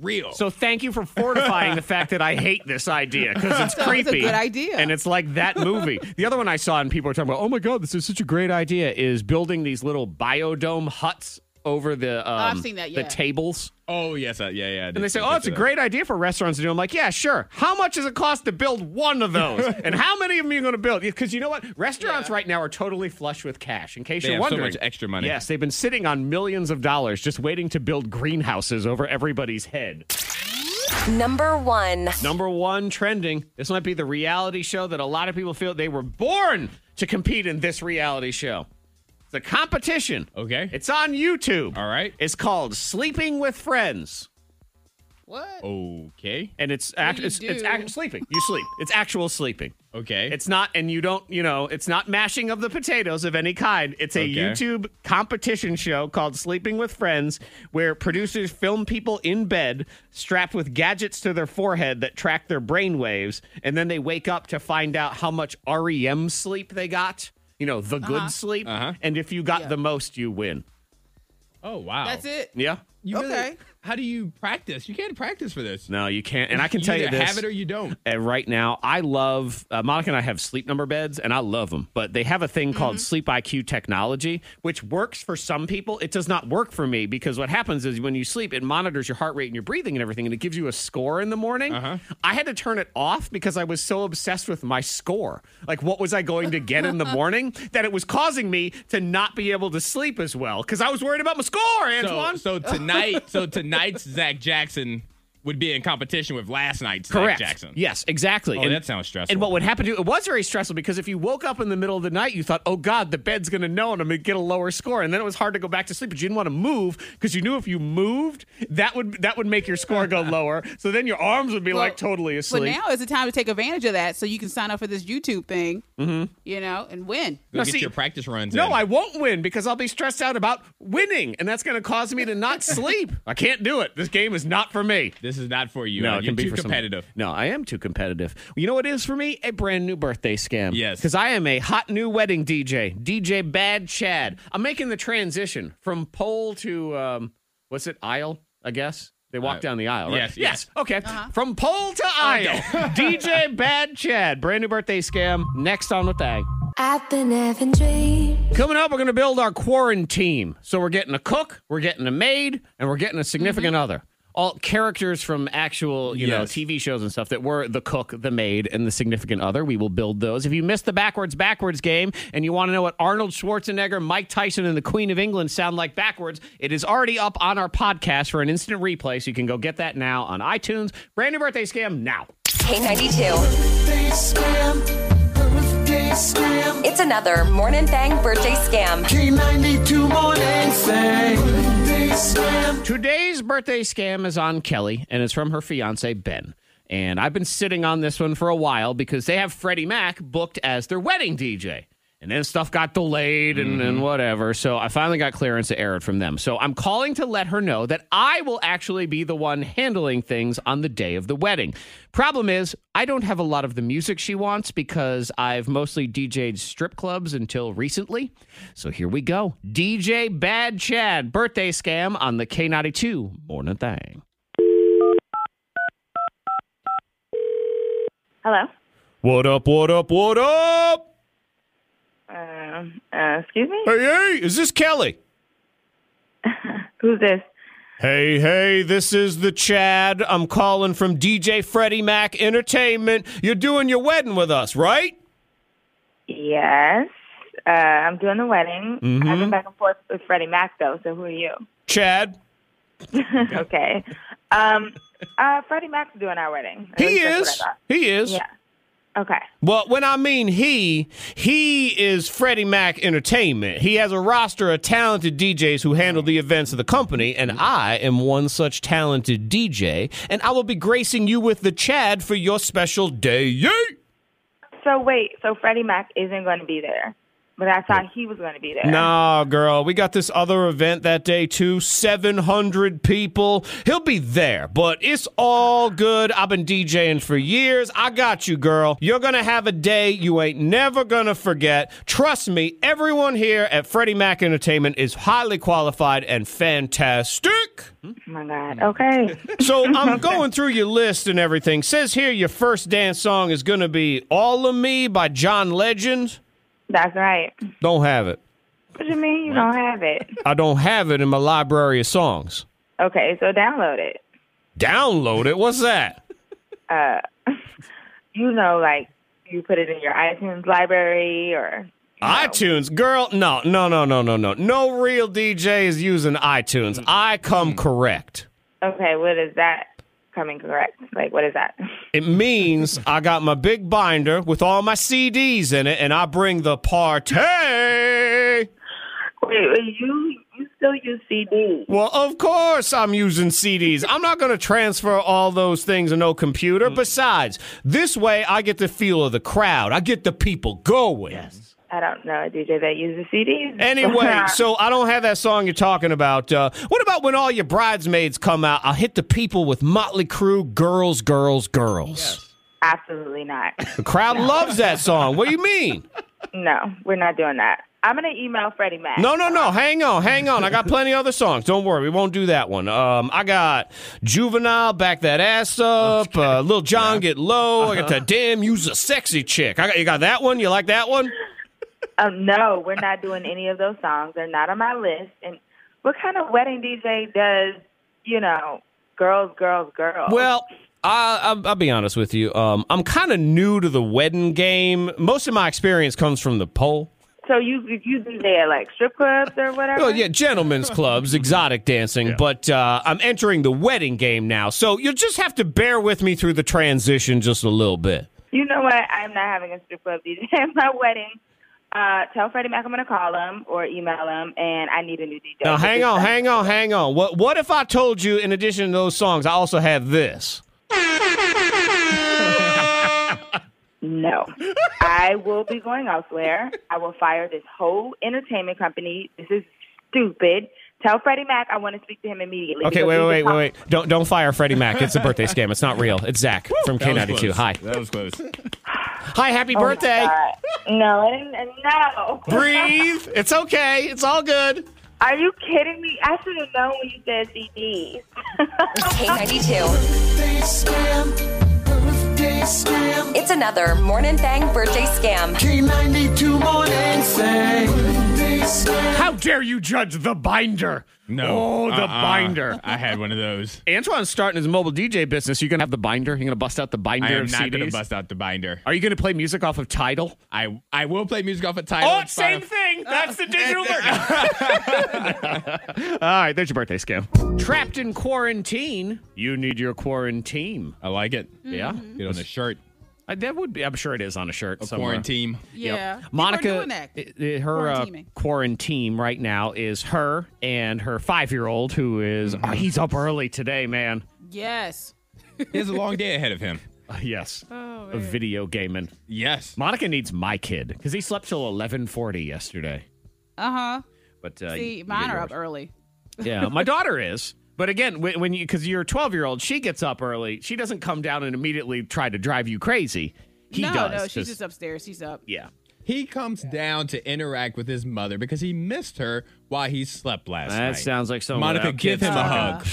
real.
So thank you for fortifying the fact that I hate this idea because it's
Sounds a
creepy.
good idea.
And it's like that movie. the other one I saw and people were talking about, oh my god, this is such a great idea, is building these little biodome huts over the um,
Oh, I've seen that, yeah.
the tables.
oh yes, I, yeah, yeah.
And they say, oh, it's a great idea for restaurants to do. I'm like, yeah, sure. How much does it cost to build one of those? and how many of them are you going to build? Because you know what? Restaurants right now are totally flush with cash. In case
They
you're
have so
wondering,
much extra money.
Yes, they've been sitting on millions of dollars just waiting to build greenhouses over everybody's head.
Number one.
Number one trending. This might be the reality show that a lot of people feel they were born to compete in this reality show. It's a competition.
Okay.
It's on YouTube.
All right.
It's called Sleeping with Friends.
What?
Okay.
And it's act-
do you
it's, it's
do?
act- sleeping. You sleep. It's actual sleeping.
Okay.
It's not, and you don't, you know, it's not mashing of the potatoes of any kind. It's a
Okay.
YouTube competition show called Sleeping with Friends, where producers film people in bed strapped with gadgets to their forehead that track their brain waves, and then they wake up to find out how much REM sleep they got. You know, the good sleep.
Uh-huh.
And if you got
Yeah.
the most, you win.
oh wow.
That's it.
Yeah.
You really-
Okay.
how do you practice? You can't practice for this.
No, you can't. And I can tell you
either
this.
have it or you don't.
uh, right now. I love uh, Monica and I have sleep number beds, and I love them. But they have a thing called Sleep IQ technology, which works for some people. It does not work for me because what happens is when you sleep, it monitors your heart rate and your breathing and everything, and it gives you a score in the morning. I had to turn it off because I was so obsessed with my score, like what was I going to get in the morning, that it was causing me to not be able to sleep as well because I was worried about my score,
So,
Antoine.
so tonight, so tonight's Zach Jackson would be in competition with last night's
Correct.
Zach Jackson.
Yes, exactly.
Oh, that sounds stressful.
And what would happen to you? It was very stressful because if you woke up in the middle of the night, you thought, "Oh God, the bed's going to know, and I'm going to get a lower score." And then it was hard to go back to sleep, but you didn't want to move because you knew if you moved, that would that would make your score go lower. So then your arms would be like
Well,
totally
But
asleep.
now is the time to take advantage of that, so you can sign up for this YouTube thing.
Mm-hmm.
You know, and win.
Go
No,
get
see-
your practice runs.
no,
in.
I won't win because I'll be stressed out about winning, and that's going to cause me to not sleep. I can't do it. This game is not for me.
This is not for you.
No,
Uh,
it
You're
can be
too
for some-
competitive.
No, I am too competitive. You know what it is for me? A brand new birthday scam.
Yes.
Because I am a hot new wedding DJ, DJ Bad Chad. I'm making the transition from pole to, um, what's it, aisle, I guess? They walk
Uh,
down the aisle, right?
yes, yes.
Okay. From pole to aisle. DJ Bad Chad. Brand new birthday scam. Next on the thing.
I've been having dreams.
Coming up, we're going to build our quarantine. So we're getting a cook, we're getting a maid, and we're getting a significant other. All characters from actual, you know,
Yes.
TV shows and stuff that were the cook, the maid, and the significant other. We will build those. If you missed the backwards backwards game and you want to know what Arnold Schwarzenegger, Mike Tyson, and the Queen of England sound like backwards, it is already up on our podcast for an instant replay. So you can go get that now on iTunes. Brand new birthday scam now.
K92.
Birthday scam,
It's another Morning Thang birthday scam.
K92 morning thing. Birthday scam,
Today's birthday scam is on Kelly, and it's from her fiance, Ben. And I've been sitting on this one for a while because they have Freddie Mac booked as their wedding DJ. And And then stuff got delayed and, and whatever. So I finally got clearance to air it from them. So I'm calling to let her know that I will actually be the one handling things on the day of the wedding. Problem is, I don't have a lot of the music she wants because I've mostly DJ'd strip clubs until recently. So here we go DJ Bad Chad birthday scam on the K92 Morning Thing.
Hello.
What up, what up, what up?
Um, uh, excuse me.
Hey, hey, is this Kelly?
Who's this?
Hey, hey, this is the Chad. I'm calling from DJ Freddie Mac Entertainment. You're doing your wedding with us, right?
Yes. Uh, I'm doing the wedding.
Mm-hmm.
I've been back and forth with Freddie Mac though. So who are you?
Chad.
okay. Um, uh, Freddie Mac's doing our wedding. At
He
least that's what I
is.
thought.
He is.
Yeah. Okay.
Well, when I mean he, he is Freddie Mac Entertainment. He has a roster of talented DJs who handle the events of the company, and I am one such talented DJ, and I will be gracing you with the Chad for your special day. Yay!
So wait. So Freddie Mac isn't going to be there, but I thought he was going to be there.
Nah, girl, we got this other event that day too. 700 people. He'll be there, but it's all good. I've been DJing for years. I got you, girl. You're going to have a day you ain't never going to forget. Trust me, everyone here at Freddie Mac Entertainment is highly qualified and fantastic.
Oh my God. Okay.
So I'm going through your list and everything. Says here your first dance song is going to be All of Me by John Legend.
That's right.
Don't have it.
What you mean you don't have it?
I don't have it in my library of songs.
Okay. So download it.
Download it. What's that?
You know, like you put it in your iTunes library or
iTunes, girl. No, no, no, no, no, no. No real DJ is using iTunes. I come correct.
Okay, what is that coming correct? Like, what is that?
It means I got my big binder with all my CDs in it, and I bring the party.
Wait, wait, you you still use CD?
Well, of course I'm using CDs. I'm not going to transfer all those things to no computer. Besides, this way I get the feel of the crowd. I get the people going.
I don't know a DJ that uses CDs.
Anyway, so I don't have that song you're talking about. Uh, what about when all your bridesmaids come out? I'll hit the people with Motley Crue, Girls, Girls, Girls.
absolutely not.
The crowd loves that song. What do you mean?
no, we're not doing that. I'm gonna email Freddie Mac.
No, no, no. Hang on, hang on. I got plenty of other songs. Don't worry, we won't do that one. Um, I got Juvenile, Back That Ass Up, uh, Lil John, Get Low. I got that Damn, You's a Sexy Chick. I got, you got that one? You like that one?
Um, no, we're not doing any of those songs. They're not on my list. And what kind of wedding DJ does you know? Girls, girls, girls.
Well, I, I'll, I'll be honest with you. Um, I'm kind of new to the wedding game. Most of my experience comes from the pole.
so you you DJ at like strip clubs or whatever?
Well, Oh, yeah, gentlemen's clubs, exotic dancing, but uh, I'm entering the wedding game now. So you'll just have to bear with me through the transition just a little bit.
You know what? I'm not having a strip club DJ at my wedding. Uh, tell Freddie Mac I'm going to call him or email him, and I need a new DJ.
Now, hang on, hang on, hang on. What what if I told you, in addition to those songs, I also have this?
No. I will be going elsewhere. I will fire this whole entertainment company. This is stupid. Tell Freddie Mac I want to speak to him immediately.
Okay,
because
wait,
he's a
wait, wait,
cop.
wait, wait. Don't don't fire Freddie Mac. It's a birthday scam. It's not real. It's Zach from
That
K92.
was close.
Hi,
That was close.
hi,
Oh
happy birthday.
Uh, no, I didn't, uh, no.
Breathe. It's okay. It's all good.
Are you kidding me? I should have known when you said CDs.
K92. It's another Morning Thang birthday scam.
K92 morning thing.
How dare you judge the binder?
No.
Oh, the
Uh-uh.
binder.
I had one of those.
Antoine's starting his mobile DJ business. You gonna have the binder? You're gonna bust out the binder
I am
of
not going
CDs?
to bust out the binder.
Are you gonna play music off of Tidal?
I I will play music off a title. and Spotify.
Oh, thing. That's the digital version. All right, there's your birthday scam. Trapped in quarantine. You need your quarantine.
I like it.
Yeah,
Get on a shirt.
I- that would be. I'm sure it is on a shirt. somewhere.
Quarantine.
Yep.
Yeah. People are
Monica,
doing that.
it- it- her uh,
Quarantining.
quarantine right now is her and her five year old uh, who is- oh, he's up early today, man. Uh,
Yes.
He has a long day ahead of him.
yes,
Oh,
a video gaming.
Yes.
Monica needs my kid because he slept till eleven forty yesterday.
Uh huh.
But uh, you-
See,
you
mine
get
are
yours.
up early.
Yeah, my daughter is. But again, when, when you because you're a 12 year old, she gets up early. She doesn't come down and immediately try to drive you crazy. He
no,
does.
no, she's
'cause-
just upstairs. She's up.
yeah.
He comes down to interact with his mother because he missed her while he slept last
That
night.
sounds like someone
Monica,
without
give
kids.
him a hug.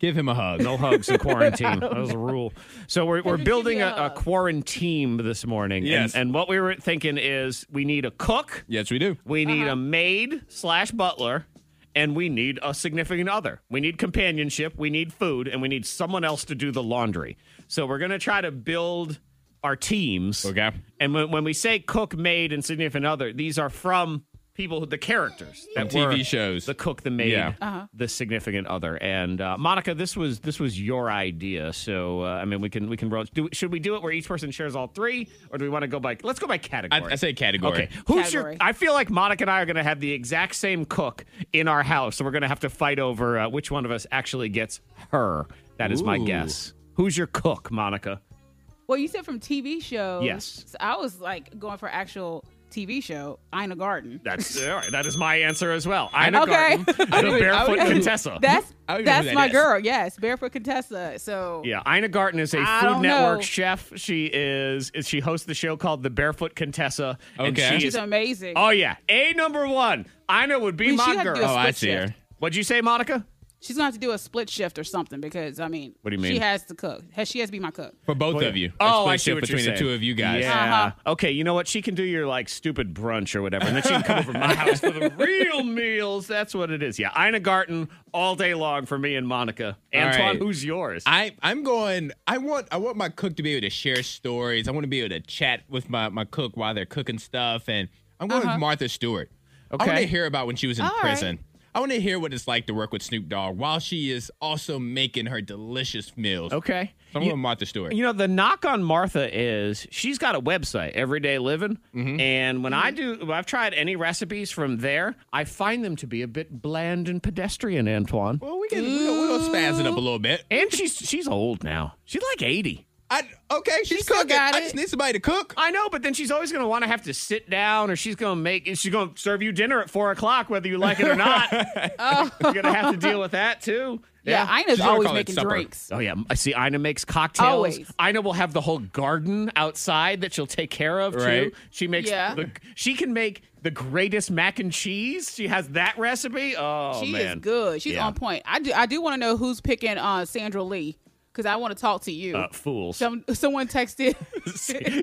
Give him a hug.
No hugs in quarantine. that was a rule. So we're, we're
give
building
you a
a, a
hug.
quarantine this morning.
Yes.
And, and what we were thinking is we need a cook,
Yes, we do.
we need
Uh-huh.
a maid slash butler, and we need a significant other. We need companionship, we need food, and we need someone else to do the laundry. So we're going to try to build our teams.
Okay.
And when, when we say cook, maid, and significant other, these are from people, who- the characters that
From
were
TV shows.
the cook, the maid,
Yeah.
Uh-huh.
the significant other. And uh, Monica, this was this was your idea, so uh, I mean, we can we can roll. Do, should we do it where each person shares all three, or do we want to go by? Let's go by
I,
category.
I say category.
Okay, who's
Category.
your? I feel like Monica and I are going to have the exact same cook in our house, so we're going to have to fight over uh, which one of us actually gets her. That is my
Ooh.
guess. Who's your cook, Monica?
Well, you said from TV shows.
Yes.
So I was like going for actual TV show, Ina Garden.
That's all right. That is my answer as well. Ina
Okay.
Garten, the barefoot Contessa.
That's
I don't even know
that's
who that
my
is.
girl. Yes, Barefoot Contessa. So
Yeah, Ina Garten is a
I
Food
don't
Network
know.
chef. She is, is she hosts the show called The Barefoot Contessa. And
Okay.
she is,
she's amazing.
oh yeah, a number one. Ina would be
We should
my
have to do
girl.
a
Oh,
split
I see
shift.
her.
What'd you say, Monica?
She's gonna have to do a split shift or something because I mean,
What do you mean?
She has to cook. Has she has to be my cook?
For both
Well,
of you. A
Oh,
split
I see
shift
what
between
you're
the
saying.
two of you guys.
Yeah.
Uh-huh.
Okay, you know what? She can do your like stupid brunch or whatever, and then she can come over to my house for the real meals. That's what it is. Yeah, Ina Garten all day long for me and Monica.
All
Antoine,
right.
who's yours?
I I'm going. I want I want my cook to be able to share stories. I want to be able to chat with my my cook while they're cooking stuff, and I'm going with Martha Stewart. I want
Okay.
to hear about when she was in
All right.
prison. I want to hear what it's like to work with Snoop Dogg while she is also making her delicious meals.
okay.
So I'm
You-
going with Martha Stewart.
You know, the knock on Martha is she's got a website, Everyday Living. And when I do, when I've tried any recipes from there, I find them to be a bit bland and pedestrian, Antoine.
well, we can we gonna, we gonna spazz it up a little bit.
And she's she's old now. She's like 80.
I okay, she's,
still
cooking.
got
I
it.
just need somebody to cook.
I know, but then she's always going to want to have to sit down or she's going to make, she's going to serve you dinner at four o'clock, whether you like it or not. You're going to have to deal with that too.
Yeah, Ina's
She's gonna
always
call it
making
supper.
drinks.
Oh yeah, I see. Ina makes cocktails.
Always.
Ina will have the whole garden outside that she'll take care of
Right.
too. She makes.
Yeah.
The, she can make the greatest mac and cheese. She has that recipe. Oh
she
man,
is good. She's
Yeah.
on point. I do I do want to know who's picking uh, Sandra Lee because I want to talk to you.
Uh, fools.
Some someone texted.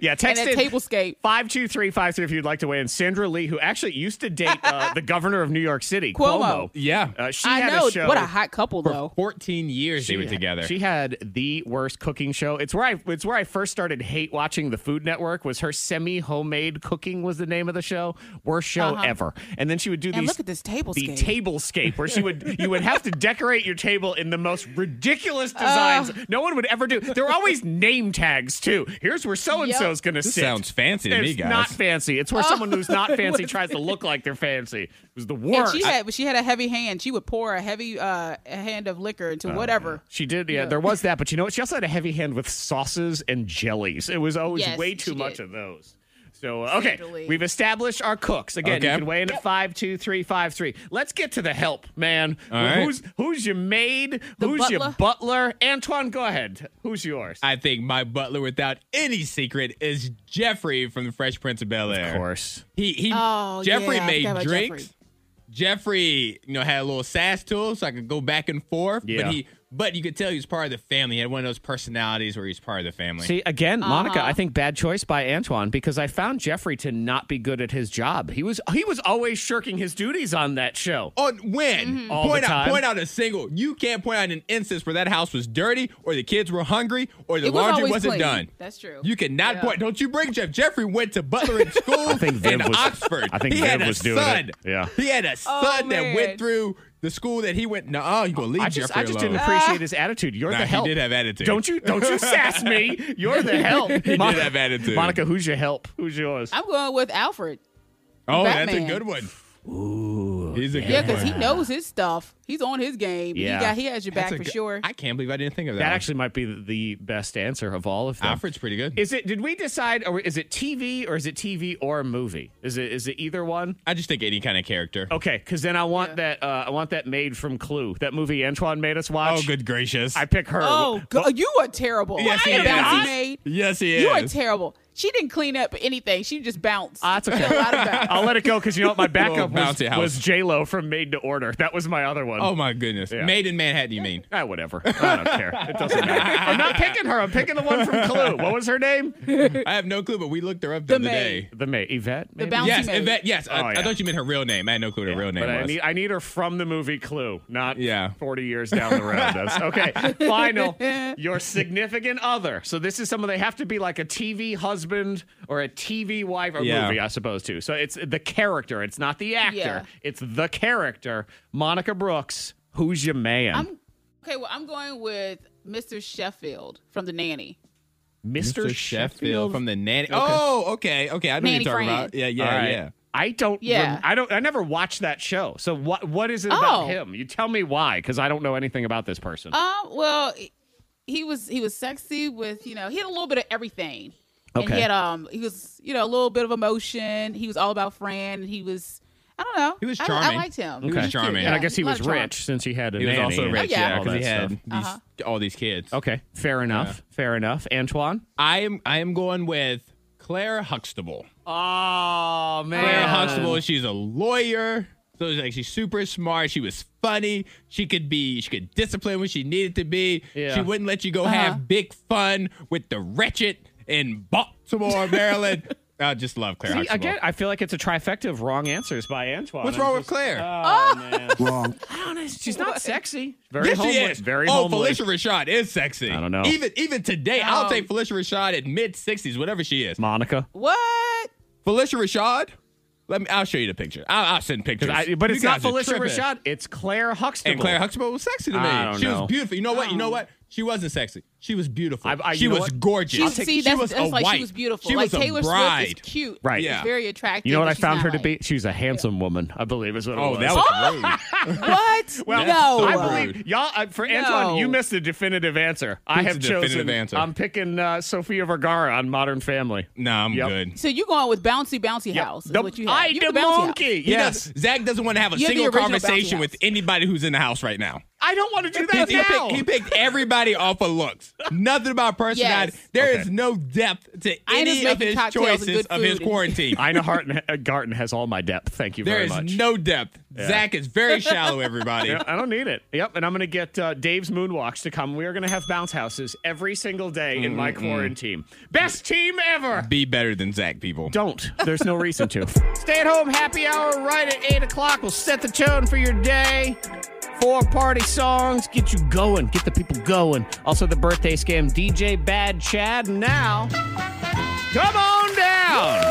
yeah, text
and
in
a tablescape.
five two three five three if you'd like to weigh in. Sandra Lee, who actually used to date uh, the governor of New York City, Cuomo.
Cuomo.
Yeah.
Uh, she
I
had
know
a show.
what a hot couple though.
14 years they were together.
She had the worst cooking show. It's where I it's where I first started hate watching the Food Network. Was her semi homemade cooking was the name of the show? Worst show ever. And then she would do
Uh-huh. And
these.
look at this
The
tablescape.
tablescape where she would you would have to decorate your table in the most ridiculous designs no one would ever do. There were always name tags too. Here's where so and so's going to
This
sit.
sounds fancy to me,
It's
guys.
Not fancy. It's where someone who's not fancy tries to look like they're fancy. It was the
and
worst.
she had she had a heavy hand. She would pour a heavy uh, a hand of liquor
Oh,
into whatever.
She did, yeah, There was that, but you know what? She also had a heavy hand with sauces and jellies. It was always
Yes,
way too
she
much
did.
of those. So uh, okay,
Sandra Lee.
we've established our cooks again. You
Okay.
can weigh in at five two three five three. Let's get to the help, man.
All right.
Who's who's your maid?
The
who's your
butler.
butler? Antoine, go ahead. Who's yours?
I think my butler, without any secret, is Jeffrey from the Fresh Prince of Bel Air.
of course.
He he.
Oh,
Jeffrey
yeah, I forgot
made
about
drinks. Jeffrey. you know, had a little sass to him, so I could go back and forth.
Yeah.
But he, but you could tell he was part of the family. He had one of those personalities where he's part of the family.
See, again,
Uh-huh.
Monica, I think bad choice by Antoine because I found Jeffrey to not be good at his job. He was he was always shirking his duties on that show.
on when
Mm-hmm.
All
point
the
out
time.
point out a single. You can't point out an instance where that house was dirty, or the kids were hungry, or the
It was
laundry
always
wasn't
clean.
done.
That's true.
You cannot point. Don't you bring Jeff? Jeffrey went to Butler in school I
think Viv
in
was-
Oxford.
I think
he
Viv
had a
was doing it.
son.
Yeah.
he had a son that
Oh, man.
went through the school that he went. No, you gonna leave
I
Jeffrey
just, I just
alone.
didn't appreciate his attitude. You're
Nah,
the
he
help.
did have attitude.
Don't you don't you sass me. You're the help. he
did have attitude.
Monica, who's your help? Who's yours?
I'm going with Alfred.
oh, that's a
Batman.
good one.
Ooh, one.
He's a
man.
good
Yeah, because he
one.
knows his stuff. He's on his game.
Yeah.
He got he has your
That's
back
a
for
good-
sure.
I can't believe I didn't think of that.
That
one.
actually might be the best answer of all of them.
Uh, Alfred's pretty good.
Is it? Did we decide? Or is it TV or is it TV or movie? Is it? Is it either one?
I just think any kind of character.
Okay, because then I want that. Uh, I want that made from Clue. That movie Antoine made us watch.
Oh, good gracious.
I pick her.
oh, go- you are terrible.
Yes, he
The
is.
bouncy maid.
yes, he is.
You are terrible. She didn't clean up anything. She just bounced.
Ah, it's okay.
A lot of bounce.
I'll let it go because you know what? My backup
Little
was,
bouncy house.
was J Lo from Made to Order. That was my other one.
oh my goodness.
Yeah.
Made in Manhattan, you mean?
Ah, whatever. I don't care. It doesn't matter. I'm not picking her. I'm picking the one from Clue. What was her name?
I have no clue, but we looked her up the,
The
other
maid.
day.
The May Yvette. Maybe?
bouncy-
Yes,
maid.
Yvette, yes. I,
Oh, yeah.
I thought you meant her real name. I had no clue what her real name
But I
was.
need I need her from the movie Clue, not
Yeah.
40 years down the road. That's okay. Final, your significant other. So this is someone they have to be like a TV husband or a TV wife or
Yeah.
movie, I suppose too. So it's the character. It's not the actor.
Yeah.
It's the character. Monica Brooks. Who's your man?
I'm okay. Well, I'm going with Mr. Sheffield from The Nanny.
Mr. Sheffield.
from the nanny. Oh, okay, okay. I know what
Nanny
you're talking
Fran.
about. Yeah, yeah,
All right.
yeah.
I don't.
Yeah.
rem- I don't. I never watched that show. So what? What is it about
Oh.
him? You tell me why, because I don't know anything about this person.
Um, well, he was he was sexy with you know he had a little bit of everything. And
Okay.
he had um he was you know a little bit of emotion. He was all about Fran. And he was I don't know.
He was
I- I,
charming.
liked him.
He was
cute,
charming.
yeah.
and I guess he
A lot
was
of charm.
rich since he had a
He was
nanny
also
and
rich,
Oh, yeah. Uh-huh.
yeah,
all
because
that
he had
stuff.
these all these kids.
Okay, fair enough. Fair enough. Antoine.
I am I am going with Claire Huxtable.
Oh
Claire Huxtable. She's a lawyer. So it's like she's super smart. She was funny. She could be. She could discipline when she needed to be.
Yeah.
She wouldn't let you go have big fun with the wretched in Baltimore, Maryland. I just love Claire
See,
Huxtable.
again, I feel like it's a trifecta of wrong answers by Antoine.
What's
I'm
wrong with
just- uh, Oh,
Claire?
Oh.
Wrong.
She's not sexy. Very
yes,
homely.
she is.
Very
oh,
homely.
Felicia Rashad is sexy.
I don't know.
Even even today, I'll
Oh.
take Felicia Rashad at mid sixties, whatever she is.
Monica.
What?
Felicia Rashad. Let me. I'll show you the picture. I'll, I'll send pictures.
I- but
You
it's not
guys are
Felicia
tripping.
Rashad. It's Claire Huxtable.
And Claire Huxtable was sexy to me.
I don't
she
know.
was beautiful. You know what? You know what? She wasn't sexy. She was beautiful.
I- I- you
she
know
was
what?
gorgeous.
She,
I'll take-
see, that's,
was
that's
a
like
wife.
she was beautiful.
She
like
was a
Taylor
bride.
Swift is cute.
Right.
She's
Yeah.
very attractive.
You know what
but
I
she's
found
not
her to
like-
be? She's a handsome woman. I believe is what it
Oh,
was.
that was
What?
Well,
no.
I
so rude.
believe y'all. Uh, for Antoine,
No.
you missed the definitive answer. I
Who's
have
the
chosen.
definitive answer?
I'm picking uh, Sofia Vergara on Modern Family.
no, I'm
Yep.
good.
so you're going with bouncy bouncy house? Is
The-
what you have.
I
You
the
have the bouncy house. Uh,
monkey.
He
Yes,
does- Zach doesn't want to have a
You have the
single
original bouncy
conversation with
house.
anybody who's in the house right now.
I don't want to do
He,
that
he
now.
picked, he picked everybody off of looks. Nothing about personality.
Yes.
There is
Okay.
no depth to
I am
any
just
of
making
his
cocktails and
choices
good
of his
food.
quarantine.
Ina Hart and uh, Garten has all my depth. Thank you
There
very
is
much.
no depth. Zach is very shallow, everybody.
Yeah, I don't need it. Yep, and I'm going to get uh, Dave's moonwalks to come. We are going to have bounce houses every single day in my quarantine. Best team ever.
Be better than Zach, people.
Don't. There's no reason to. Stay at home happy hour right at 8 o'clock. We'll set the tone for your day. Four party songs. Get you going. Get the people going. Also, the birthday scam DJ Bad Chad. Now, come on down.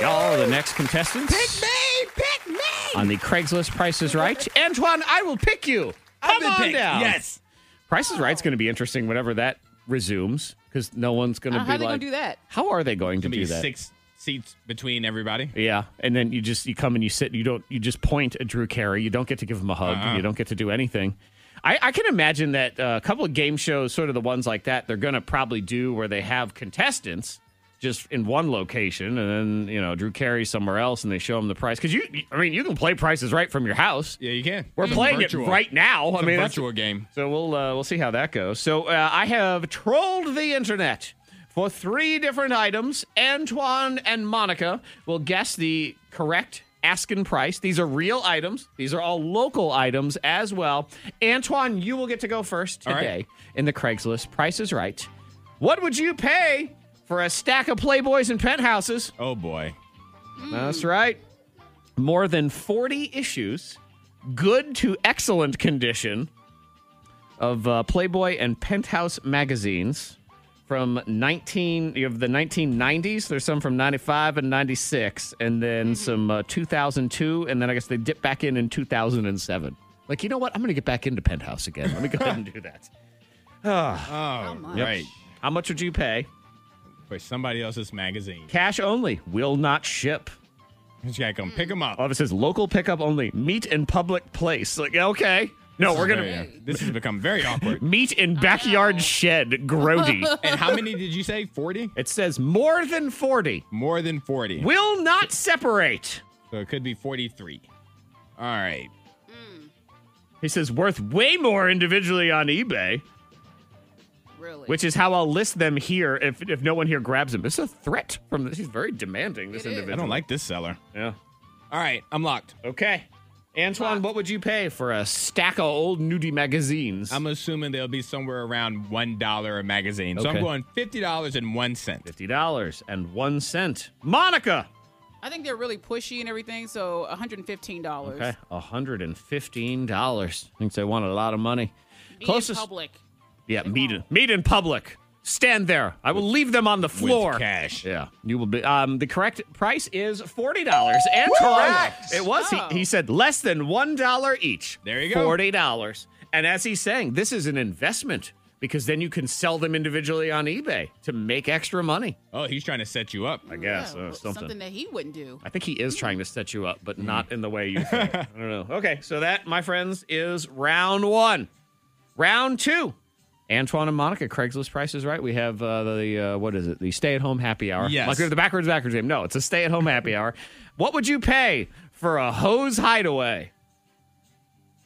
Y'all are the next contestants
Pick me! Pick me!
on the Craigslist Price is Right. Antoine, I will pick you. Come on down.
Yes.
Price is Right's going to be interesting whenever that resumes because no one's going to
Uh,
be
how are they
like,
gonna do that?
How are they going to
Be
do that?
six seats between everybody.
Yeah, and then you just you come and you sit. You don't you just point at Drew Carey. You don't get to give him a hug.
Uh-huh.
You don't get to do anything. I, I can imagine that uh, a couple of game shows, sort of the ones like that, they're gonna probably do where they have contestants just in one location, and then you know Drew Carey somewhere else, and they show him the price. Because you, I mean, you can play prices right from your house.
Yeah, you can. Mm.
We're
It's
playing
virtual.
it right now. I
It's a
mean, that's-
virtual game.
so we'll uh, we'll see how that goes. So uh, I have trolled the internet for three different items. Antoine and Monica will guess the correct asking price. These are real items. These are all local items as well. Antoine, you will get to go first
All right.
today in the Craigslist Price is Right. What would you pay for a stack of Playboys and penthouses?
Oh boy.
That's right. More than 40 issues, good to excellent condition, of uh, Playboy and Penthouse magazines from 19 you have the 1990s there's some from 95 and 96 and then some uh, 2002 and then i guess they dip back in in 2007 like you know what i'm gonna get back into penthouse again let me go ahead and do that
Oh, right.
how much would you pay
For somebody else's magazine.
cash only will not ship
You gotta come pick him up.
Oh, it says local pickup only. Meet in public place. Like, okay. No, we're going
Yeah,
to
This has become very awkward.
meet in backyard shed, Grody.
And how many did you say? 40?
it says more than 40.
More than 40.
Will not separate.
So it could be 43. All right.
He says worth way more individually on eBay,
Really?
which is how I'll list them here if, if no one here grabs them. It's a threat from this. He's very demanding, this individual.
I don't like this seller.
Yeah.
All right. I'm locked.
Okay. Antoine, what would you pay for a stack of old nudie magazines?
I'm assuming they'll be somewhere around $1 a magazine. So
Okay.
I'm going $50.01.
$50 and one cent. Monica!
I think they're really pushy and everything. So one hundred and fifteen dollars.
Okay, $115. Thinks they want a lot of money. Closest.
public.
yeah, meet in, meet in public. Stand there. I will leave them on the floor.
With cash.
Yeah, you will be. Um, the correct price is forty dollars. Antoine,
Correct.
it was.
Oh.
He, he said less than one dollar each.
There you go.
Forty dollars. And as he's saying, this is an investment because then you can sell them individually on eBay to make extra money.
Oh, he's trying to set you up.
I guess
Yeah,
or something.
something that he wouldn't do.
I think he
Hmm.
is trying to set you up, but not in the way you think. I don't know. Okay, so that, my friends, is round one. Round two. Antoine and Monica, Craigslist Price is Right. We have uh, the, uh, what is it, the stay at home happy hour.
Yes.
Like we have the backwards, backwards game. No, it's a stay at home happy hour. What would you pay for a hose hideaway?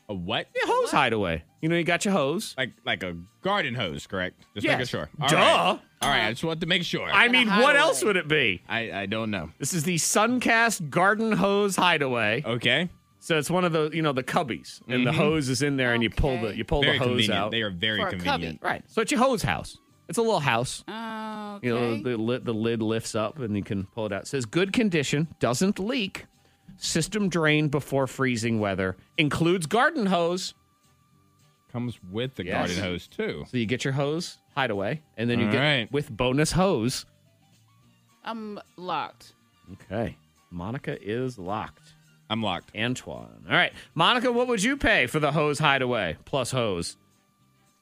A what?
Yeah, hose hideaway. You know, you got your hose.
Like like a garden hose, correct? Just
Yes.
making sure.
Duh.
right. All right. I just want to make sure.
I
I,
mean, what
hideaway.
else would it be?
I, don't know.
This is the Suncast Garden Hose Hideaway.
Okay.
So it's one of the you know the cubbies, and the hose is in there, and you pull the
Okay.
you pull
Mm-hmm. Very
the hose
convenient.
out.
They are very
For a
convenient.
Right. So it's your hose house. It's a little house.
Oh, okay.
You know, the, li- the lid lifts up and you can pull it out. It says good condition, doesn't leak, system drained before freezing weather, includes garden hose.
Comes with the
Yes.
garden hose too.
So you get your hose hideaway, and then you
All
get
right.
with bonus hose.
I'm locked.
Okay. Monica is locked.
I'm locked.
Antoine. All right. Monica, what would you pay for the hose hideaway plus hose?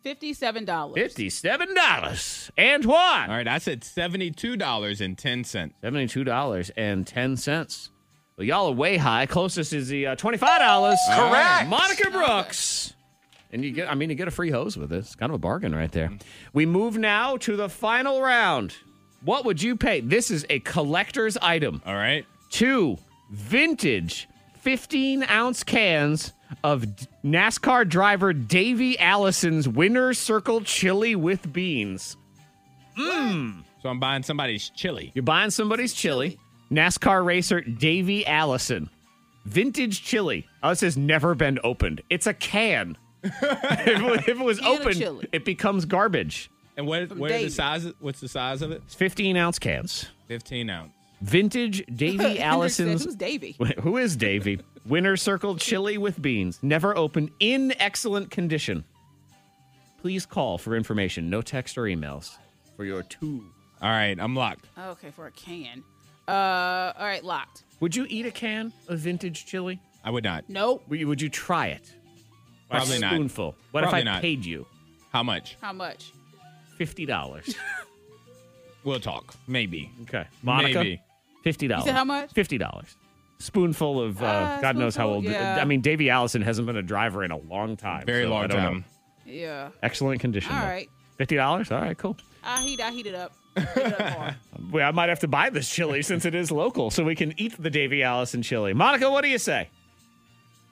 Fifty-seven dollars.
$57. Antoine.
All right, I said seventy-two dollars and ten cents.
Seventy-two dollars and ten cents. Well, y'all are way high. Closest is the uh, twenty-five dollars.
Correct.
Monica Brooks. And you get, I mean, you get a free hose with this. It's kind of a bargain right there. We move now to the final round. What would you pay? This is a collector's item.
All right,
Two vintage 15 ounce cans of D- NASCAR driver Davey Allison's Winner's Circle chili with beans.
so I'm buying somebody's chili.
You're buying somebody's chili. NASCAR racer Davey Allison. Vintage chili. Oh, it says never been opened. It's a can. if, it was- if it was
Can of
opened,
chili.
it becomes garbage.
And what? What are the
Davey.
sizes? What's the size of it?
It's 15 ounce cans.
Fifteen ounce.
Vintage Davey Allison's.
Who's Davy?
Wait, Who is Davey? Winner Circle chili with beans. Never opened in excellent condition. Please call for information. No text or emails for your two.
All right, I'm locked.
Okay, for a can. Uh, all right, locked.
Would you eat a can of vintage chili?
I would not.
Nope.
Would you, would you try it? A
Probably not.
spoonful. What
Probably
if I
not.
paid you
How much?
How much?
fifty dollars?
We'll talk. Maybe.
okay, Monica,
Maybe.
fifty dollars.
how much?
Fifty dollars. Spoonful of uh,
Ah,
God knows how old.
spoonful, yeah.
I mean, Davy Allison hasn't been a driver in a long time.
Very
so I
long
don't know.
time.
Yeah.
Excellent condition.
All
though.
right.
Fifty dollars. All right, cool.
I heat. I heat it up. Heat it up more.
Well, I might have to buy this chili since it is local, so we can eat the Davy Allison chili. Monica, what do you say?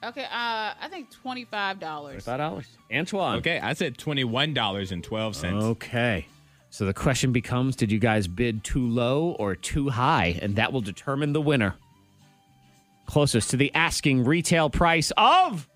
okay. Uh, I think twenty-five dollars.
Five dollars. Antoine.
Okay, I said twenty-one dollars and twelve cents.
Oh. Okay. So the question becomes did you guys bid too low or too high? And that will determine the winner. Closest to the asking retail price of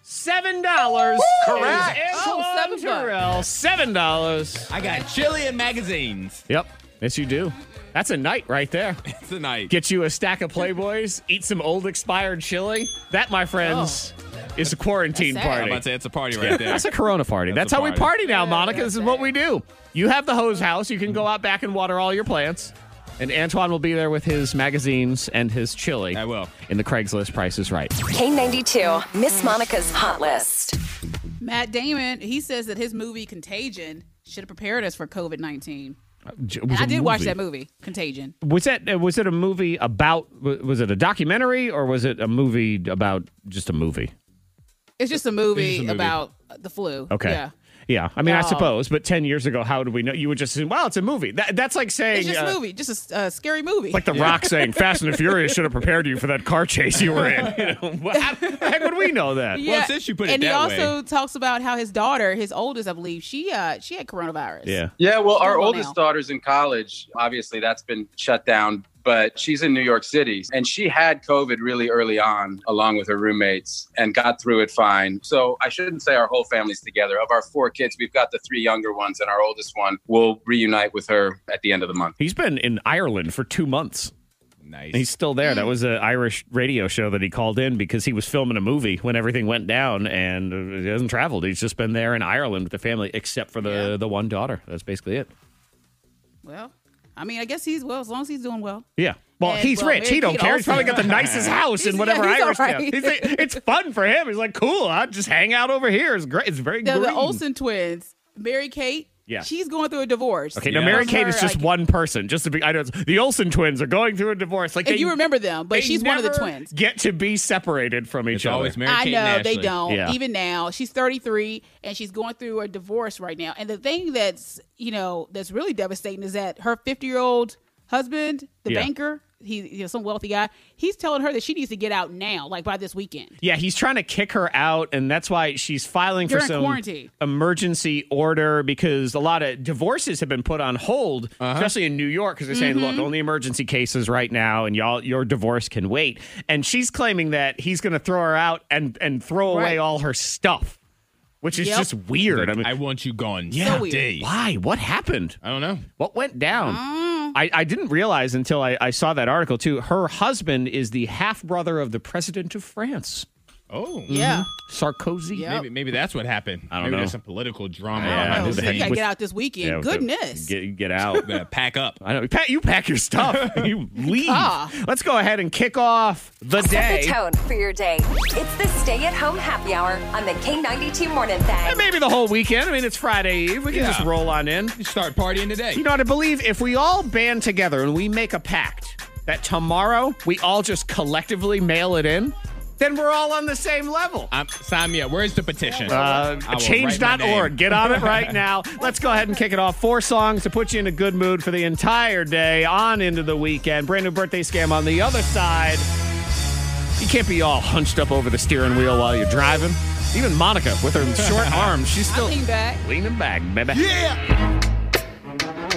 seven dollars. Correct.
Oh,
Oh,
seven bucks.
seven dollars.
I got chili and magazines
Yep. Yes, you do. That's a night right there.
tonight.
Get you a stack of Playboys, eat some old expired chili. That, my friends,
Oh.
is a quarantine
That's sad.
I'm
party.
about to say it's a party right there.
That's a Corona party. That's,
That's a
how we
party.
party now, Monica. This is what we do. You have the hose house. You can go out back and water all your plants. And Antoine will be there with his magazines and his chili.
I will.
In the Craigslist Price is Right.
K92, Miss Monica's Hot List.
Matt Damon. He says that his movie Contagion should have prepared us for COVID nineteen.
J-
And
was
I
a
did watch
movie.
that movie, Contagion.
Was that uh, was it a movie about? w- Was it a documentary or was it a movie about just a movie?
It's just a movie,
just a movie.
about the flu.
Okay.
Yeah.
Yeah. I mean, I
Wow.
suppose, but 10 years ago, how did we know? You would just assume, well, it's a movie. That, that's like saying,
It's just
uh,
a movie, just a uh, scary movie.
like The Rock saying, Fast and the Furious should have prepared you for that car chase you were in. You know, well, how the heck would we know that?
yeah.
since you put it
and
that
he also talks about how his daughter, his oldest, I believe, she uh she had coronavirus.
Yeah.
Yeah, well, our
Well,
oldest
now.
daughter's in college. Obviously, that's been shut down, but she's in New York City. And she had COVID really early on, along with her roommates, and got through it fine. So I shouldn't say our whole family's together. Of our four kids, we've got the three younger ones, and our oldest one will reunite with her at the end of the month.
He's been in Ireland for two months.
Nice.
and He's still there.
Mm.
That was an Irish radio show that he called in because he was filming a movie when everything went down and uh, he hasn't traveled. He's just been there in Ireland with the family, except for the, the one daughter. That's basically it.
Well, I mean, I guess he's well as long as he's doing well.
Yeah. Well,
And,
he's
well,
rich. He
Mayor
don't
Pete
care. He's
also-
probably got the nicest house in
He's-
whatever
yeah, he's
Irish
all
town.
right.
He's like, it's fun for him. He's like, cool. I'll just hang out over here. It's great. It's very
The,
green.
the Olsen twins, Mary Kate.
Yeah.
She's going through a divorce.
Okay, now
Yeah.
Mary
From
Kate is
her,
just
like-
one person. Just to be, I know it's- the Olsen twins are going through a divorce. Like
If
they,
you remember them,
they
but she's one of the
never
twins.
Get to be separated from each
It's always
other.
Mary Kate
I know
and
they
Ashley.
don't.
Yeah.
Even now, she's 33 and she's going through a divorce right now. And the thing that's you know that's really devastating is that her 50 year old husband, the
Yeah.
banker, he's you know, some wealthy guy, he's telling her that she needs to get out now, like by this weekend.
Yeah, he's trying to kick her out, and that's why she's filing for
During
some
quarantine.
emergency order because a lot of divorces have been put on hold,
Uh-huh.
especially in New York, because they're saying,
Mm-hmm.
"Look, only emergency cases right now, and y'all your divorce can wait." And she's claiming that he's going to throw her out and and throw away
Right.
all her stuff, which is
Yep.
just weird. I mean,
I want you gone.
yeah,
weird.
today.
why? What happened?
I don't know.
What went down? I, I didn't realize until I, I saw that article too. Her husband is the half brother of the president of France,
Oh,
Yeah.
Sarkozy.
Yep.
Maybe maybe that's what happened.
Mm-hmm. I don't
maybe
know.
There's some political drama.
I don't
behind
know.
the
Who the
so you
heck
scenes.
gotta
was-
get out this weekend.
Yeah,
Goodness.
Get, get out.
Better pack up.
I know. Pat, you pack your stuff. you leave.
Ah.
Let's go ahead and kick off the
Set
day.
the tone for your day. It's the stay at home happy hour on the K92 Morning
And
Thing.
maybe the whole weekend. I mean, it's Friday Eve. We can
Yeah.
just roll on in.
Start partying today.
You know, I believe if we all band together and we make a pact that tomorrow we all just collectively mail it in, then we're all on the same level.
I'm, sign me up. Where's the petition?
Uh,
I will write my
change.org.
name.
Get on it right now. Let's go ahead and kick it off. Four songs to put you in a good mood for the entire day, on into the weekend. Brand new birthday scam on the other side. You can't be all hunched up over the steering wheel while you're driving. Even Monica, with her short arms, she's still
Lean back.
leaning back, baby.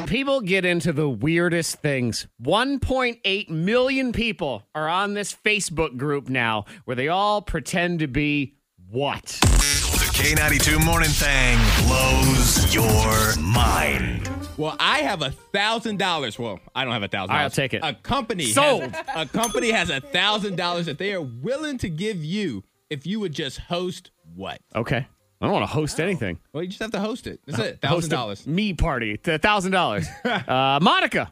People get into the weirdest things. 1.8 million people are on this Facebook group now where they all pretend to be what?
The K92 Morning Thing blows your mind.
Well, I have a thousand dollars. Well, I don't have a thousand.
I'll take it.
A company has-
Sold.
a company has a thousand dollars that they are willing to give you if you would just host what?
Okay. I don't want to host anything.
Well, you just have to host it. That's it.
Uh, Host
Thousand
a
dollars.
Me party. Thousand dollars. Uh Monica.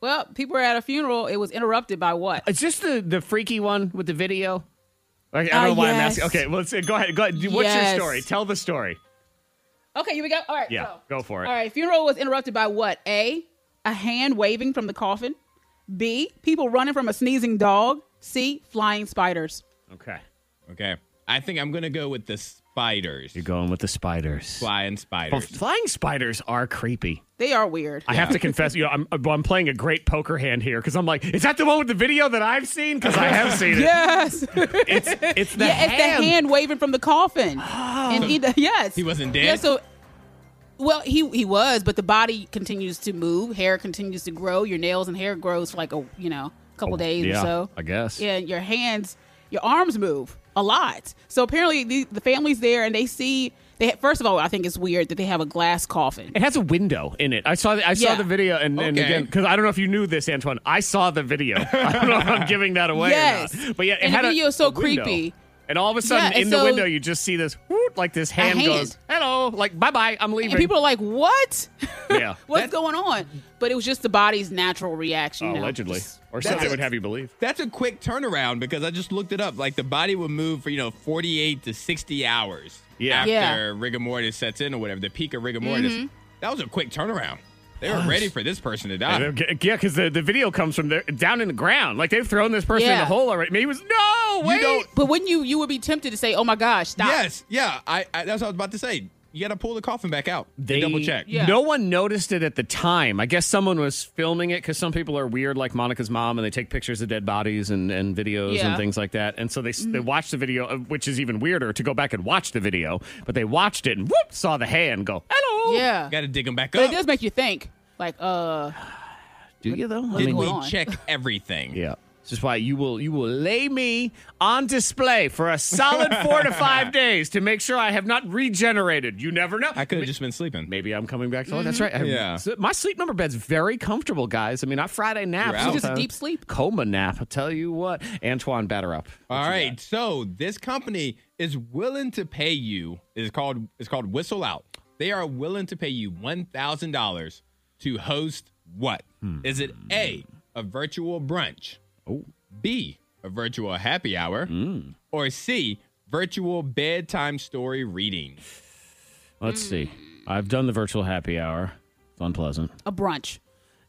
Well, people were at a funeral. It was interrupted by what?
It's just the the freaky one with the video. Like, I
Uh,
don't know why I'm
yes.
asking. Okay, well, let's go ahead. Go ahead. What's
Yes.
your story? Tell the story.
Okay, here we go. All right.
Yeah,
so-
go for it.
All right. Funeral was interrupted by what? A, a hand waving from the coffin. B, people running from a sneezing dog. C, flying spiders.
Okay.
Okay. I think I'm gonna go with the spiders.
You're going with the spiders.
Flying
Well,
spiders.
flying spiders are creepy.
They are weird.
I have to confess, you know, I'm I'm playing a great poker hand here because I'm like, is that the one with the video that I've seen? Because I have seen it.
yes. yeah, it's
It's it's the
the
hand.
hand waving from the coffin. And either, yes.
He wasn't dead?
Yeah, so well, he he was, but the body continues to move, hair continues to grow, your nails and hair grows for like a you know, couple days
Oh, yeah,
or so.
I guess.
Yeah, your hands, your arms move a lot. So apparently the, the family's there and they see they first of all, I think it's weird that they have a glass coffin.
It has a window in it. I saw the, I saw
Yeah.
the video and, and
Okay.
again because I don't know if you knew this, Antoine. I saw the video. I don't know if I'm giving that away. or
Yes.
not. but yeah, it
And the
had a-
video is so
a window.
creepy.
And all of a sudden,
Yeah, and
in the
so-
window, you just see this whoop, like this hand,
hand.
goes hello, like bye bye, I'm leaving.
And people are like, "What?
yeah,
What's going on?" But it was just the body's natural reaction. you know,
Oh, allegedly,
just-
or so they
That's-
would have you believe.
That's a quick turnaround because I just looked it up. Like the body would move for, you know, 48 to 60 hours
Yeah.
after
Yeah. Mm-hmm.
rigor mortis sets in or whatever, the peak of rigor mortis. That was a quick turnaround. They were ready for this person to die.
Yeah, because the, the video comes from there down in the ground. Like they've thrown this person in
Yeah.
the hole already. Maybe he was no wait.
But wouldn't you? You would be tempted to say, "Oh my gosh, stop."
Yes, yeah. I, I that's what I was about to say. You got to pull the coffin back out. and
They-
double check.
Yeah.
No one noticed it at the time. I guess someone was filming it because some people are weird, like Monica's mom, and they take pictures of dead bodies and, and videos
Yeah. Mm.
and things like that. And so they s they watched the video, uh, which is even weirder to go back and watch the video. But they watched it and whoop saw the hand go. Hello.
Yeah.
Got to dig them back
But
up.
it does make you think. Like, uh,
Do you though?
What's
Did we
going on?
check everything?
Yeah. This is why you will you will lay me on display for a solid four to five days to make sure I have not regenerated. You never know.
I could have just been sleeping.
Maybe I'm coming back to life.
Mm-hmm.
That's right. I-
Yeah.
so my sleep number bed's very comfortable, guys. I mean, I Friday nap.
You're out.
Just a deep sleep.
Coma nap. I'll tell you what. Antoine, batter up.
All right. So this company is willing to pay you. It's called it's called Whistle Out. They are willing to pay you one thousand dollars to host what? Is it A, a virtual brunch?
Hmm. Oh. Hmm.
B, a virtual happy hour? Or C, virtual bedtime story reading?
Let's
Mm.
see. I've done the virtual happy hour. It's unpleasant.
a brunch.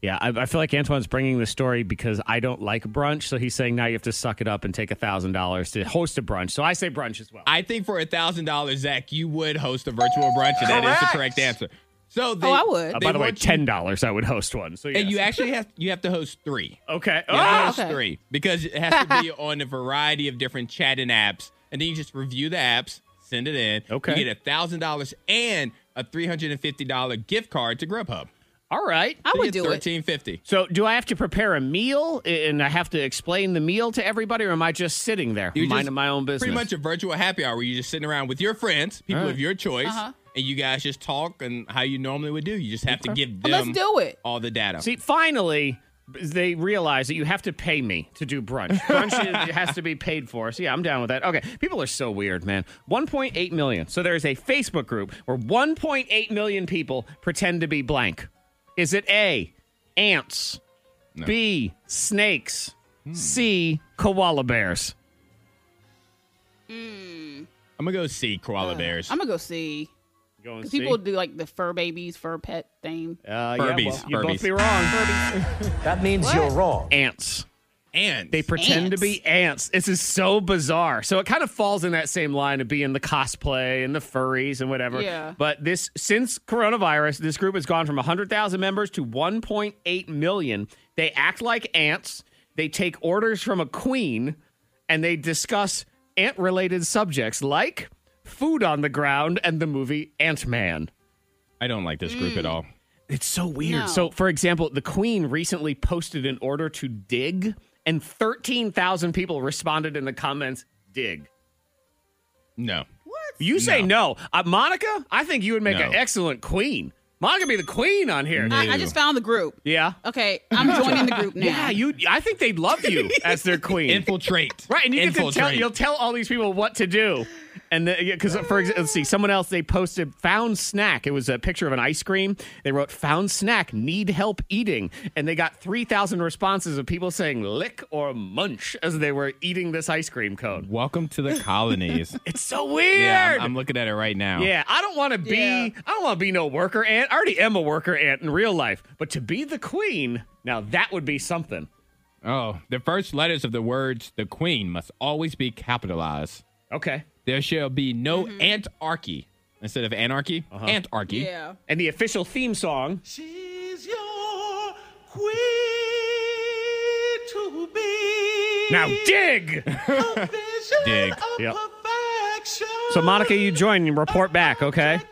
Yeah, I, I feel like Antoine's bringing this story because I don't like brunch. So he's saying now you have to suck it up and take $1,000 to host a brunch. So I say brunch as well.
I think for a thousand dollars, Zach, you would host a virtual brunch, and that is the correct answer. So they,
Oh, I would.
Uh,
they
by the way,
want you-
ten dollars I would host one. So yes.
and you actually have you have to host three.
okay?
Yeah,
Ah!
I host
okay.
three because it has to be on a variety of different chatting apps, and then you just review the apps, send it in.
Okay.
you get a thousand dollars and a three hundred and fifty dollar gift card to Grubhub.
Oh, All right.
I would do it.
Thirteen fifty.
So do I have to prepare a meal a- and I have to explain the meal to everybody, or am I just sitting there
You just-
minding my own business?
Pretty much a virtual happy hour where you're just sitting around with your friends,
All
people
right. Uh-huh.
of your choice, and you guys just talk and how you normally would do. You just have to
Uh,
give them
Let's do it.
all the data.
See, finally. They realize that you have to pay me to do brunch. Brunch is- has to be paid for. So yeah, I'm down with that. Okay, people are so weird, man. 1.8 million. So there is a Facebook group where 1.8 million people pretend to be blank. Is it A, ants? B, snakes?
Hmm.
C, koala bears?
I'm gonna go see
uh,
koala bears.
I'm gonna go see.
Go and
'Cause People do like the fur babies, fur pet thing.
Uh,
Furbies,
you both
Furbies.
be wrong.
What?
Ants.
and
They pretend to
Ants.
be ants. This is so bizarre. So it kind of falls in that same line of being the cosplay and the furries and whatever.
Yeah.
But this since coronavirus, this group has gone from 100,000 members to 1.8 million. They act like ants. They take orders from a queen and they discuss ant-related subjects like food on the ground and the movie Ant-Man.
I don't like this
Mm.
group at all.
It's so weird.
No.
So, for example, the Queen recently posted an order to dig, and 13,000 people responded in the comments, dig.
No.
You say no. Uh, Monica, I think you would make
No.
an excellent queen. Monica be the queen on here.
I, I just found the group.
yeah.
Okay, I'm joining the group now.
Yeah, you. I think they'd love you as their queen.
Infiltrate.
Right, and you get to
Infiltrate.
tell you'll tell all these people what to do, and because uh, for example, let's see, someone else they posted found snack. It was a picture of an ice cream. They wrote found snack need help eating, and they got three thousand responses of people saying lick or munch as they were eating this ice cream cone.
Welcome to the colonies.
It's so weird.
yeah, I'm, I'm looking at it right now.
Yeah, I don't want to be.
Yeah.
I don't want to be no worker ant. I already am a worker ant in real life, but to be the queen now that would be something.
Oh, the first letters of the words "the queen" must always be capitalized.
Okay.
There shall be no
Mm-hmm.
antarchy instead of anarchy.
Uh-huh.
Antarchy.
Yeah.
And the official theme song
She's your queen to be.
now dig.
A vision
Dig.
of
Yep.
perfection.
So Monica, you join and report back, okay?
Of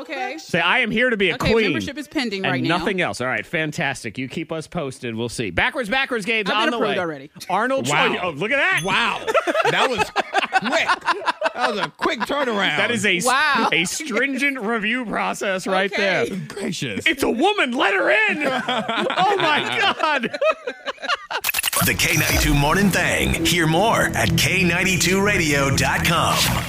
Okay.
Say I am here to be a
Okay,
queen.
membership is pending
and
right now.
nothing else. All right, fantastic. You keep us posted. We'll see. Backwards, backwards games
I've
on
been
the
approved
way.
already.
Arnold
Wow.
Schwarzenegger. Oh, look at that.
Wow, that was quick. That was a quick turnaround.
That is a s-
Wow.
a stringent review process right
Okay.
there.
gracious.
It's a woman. Let her in. oh my god.
The K92 Morning Thing. Hear more at K92Radio.com.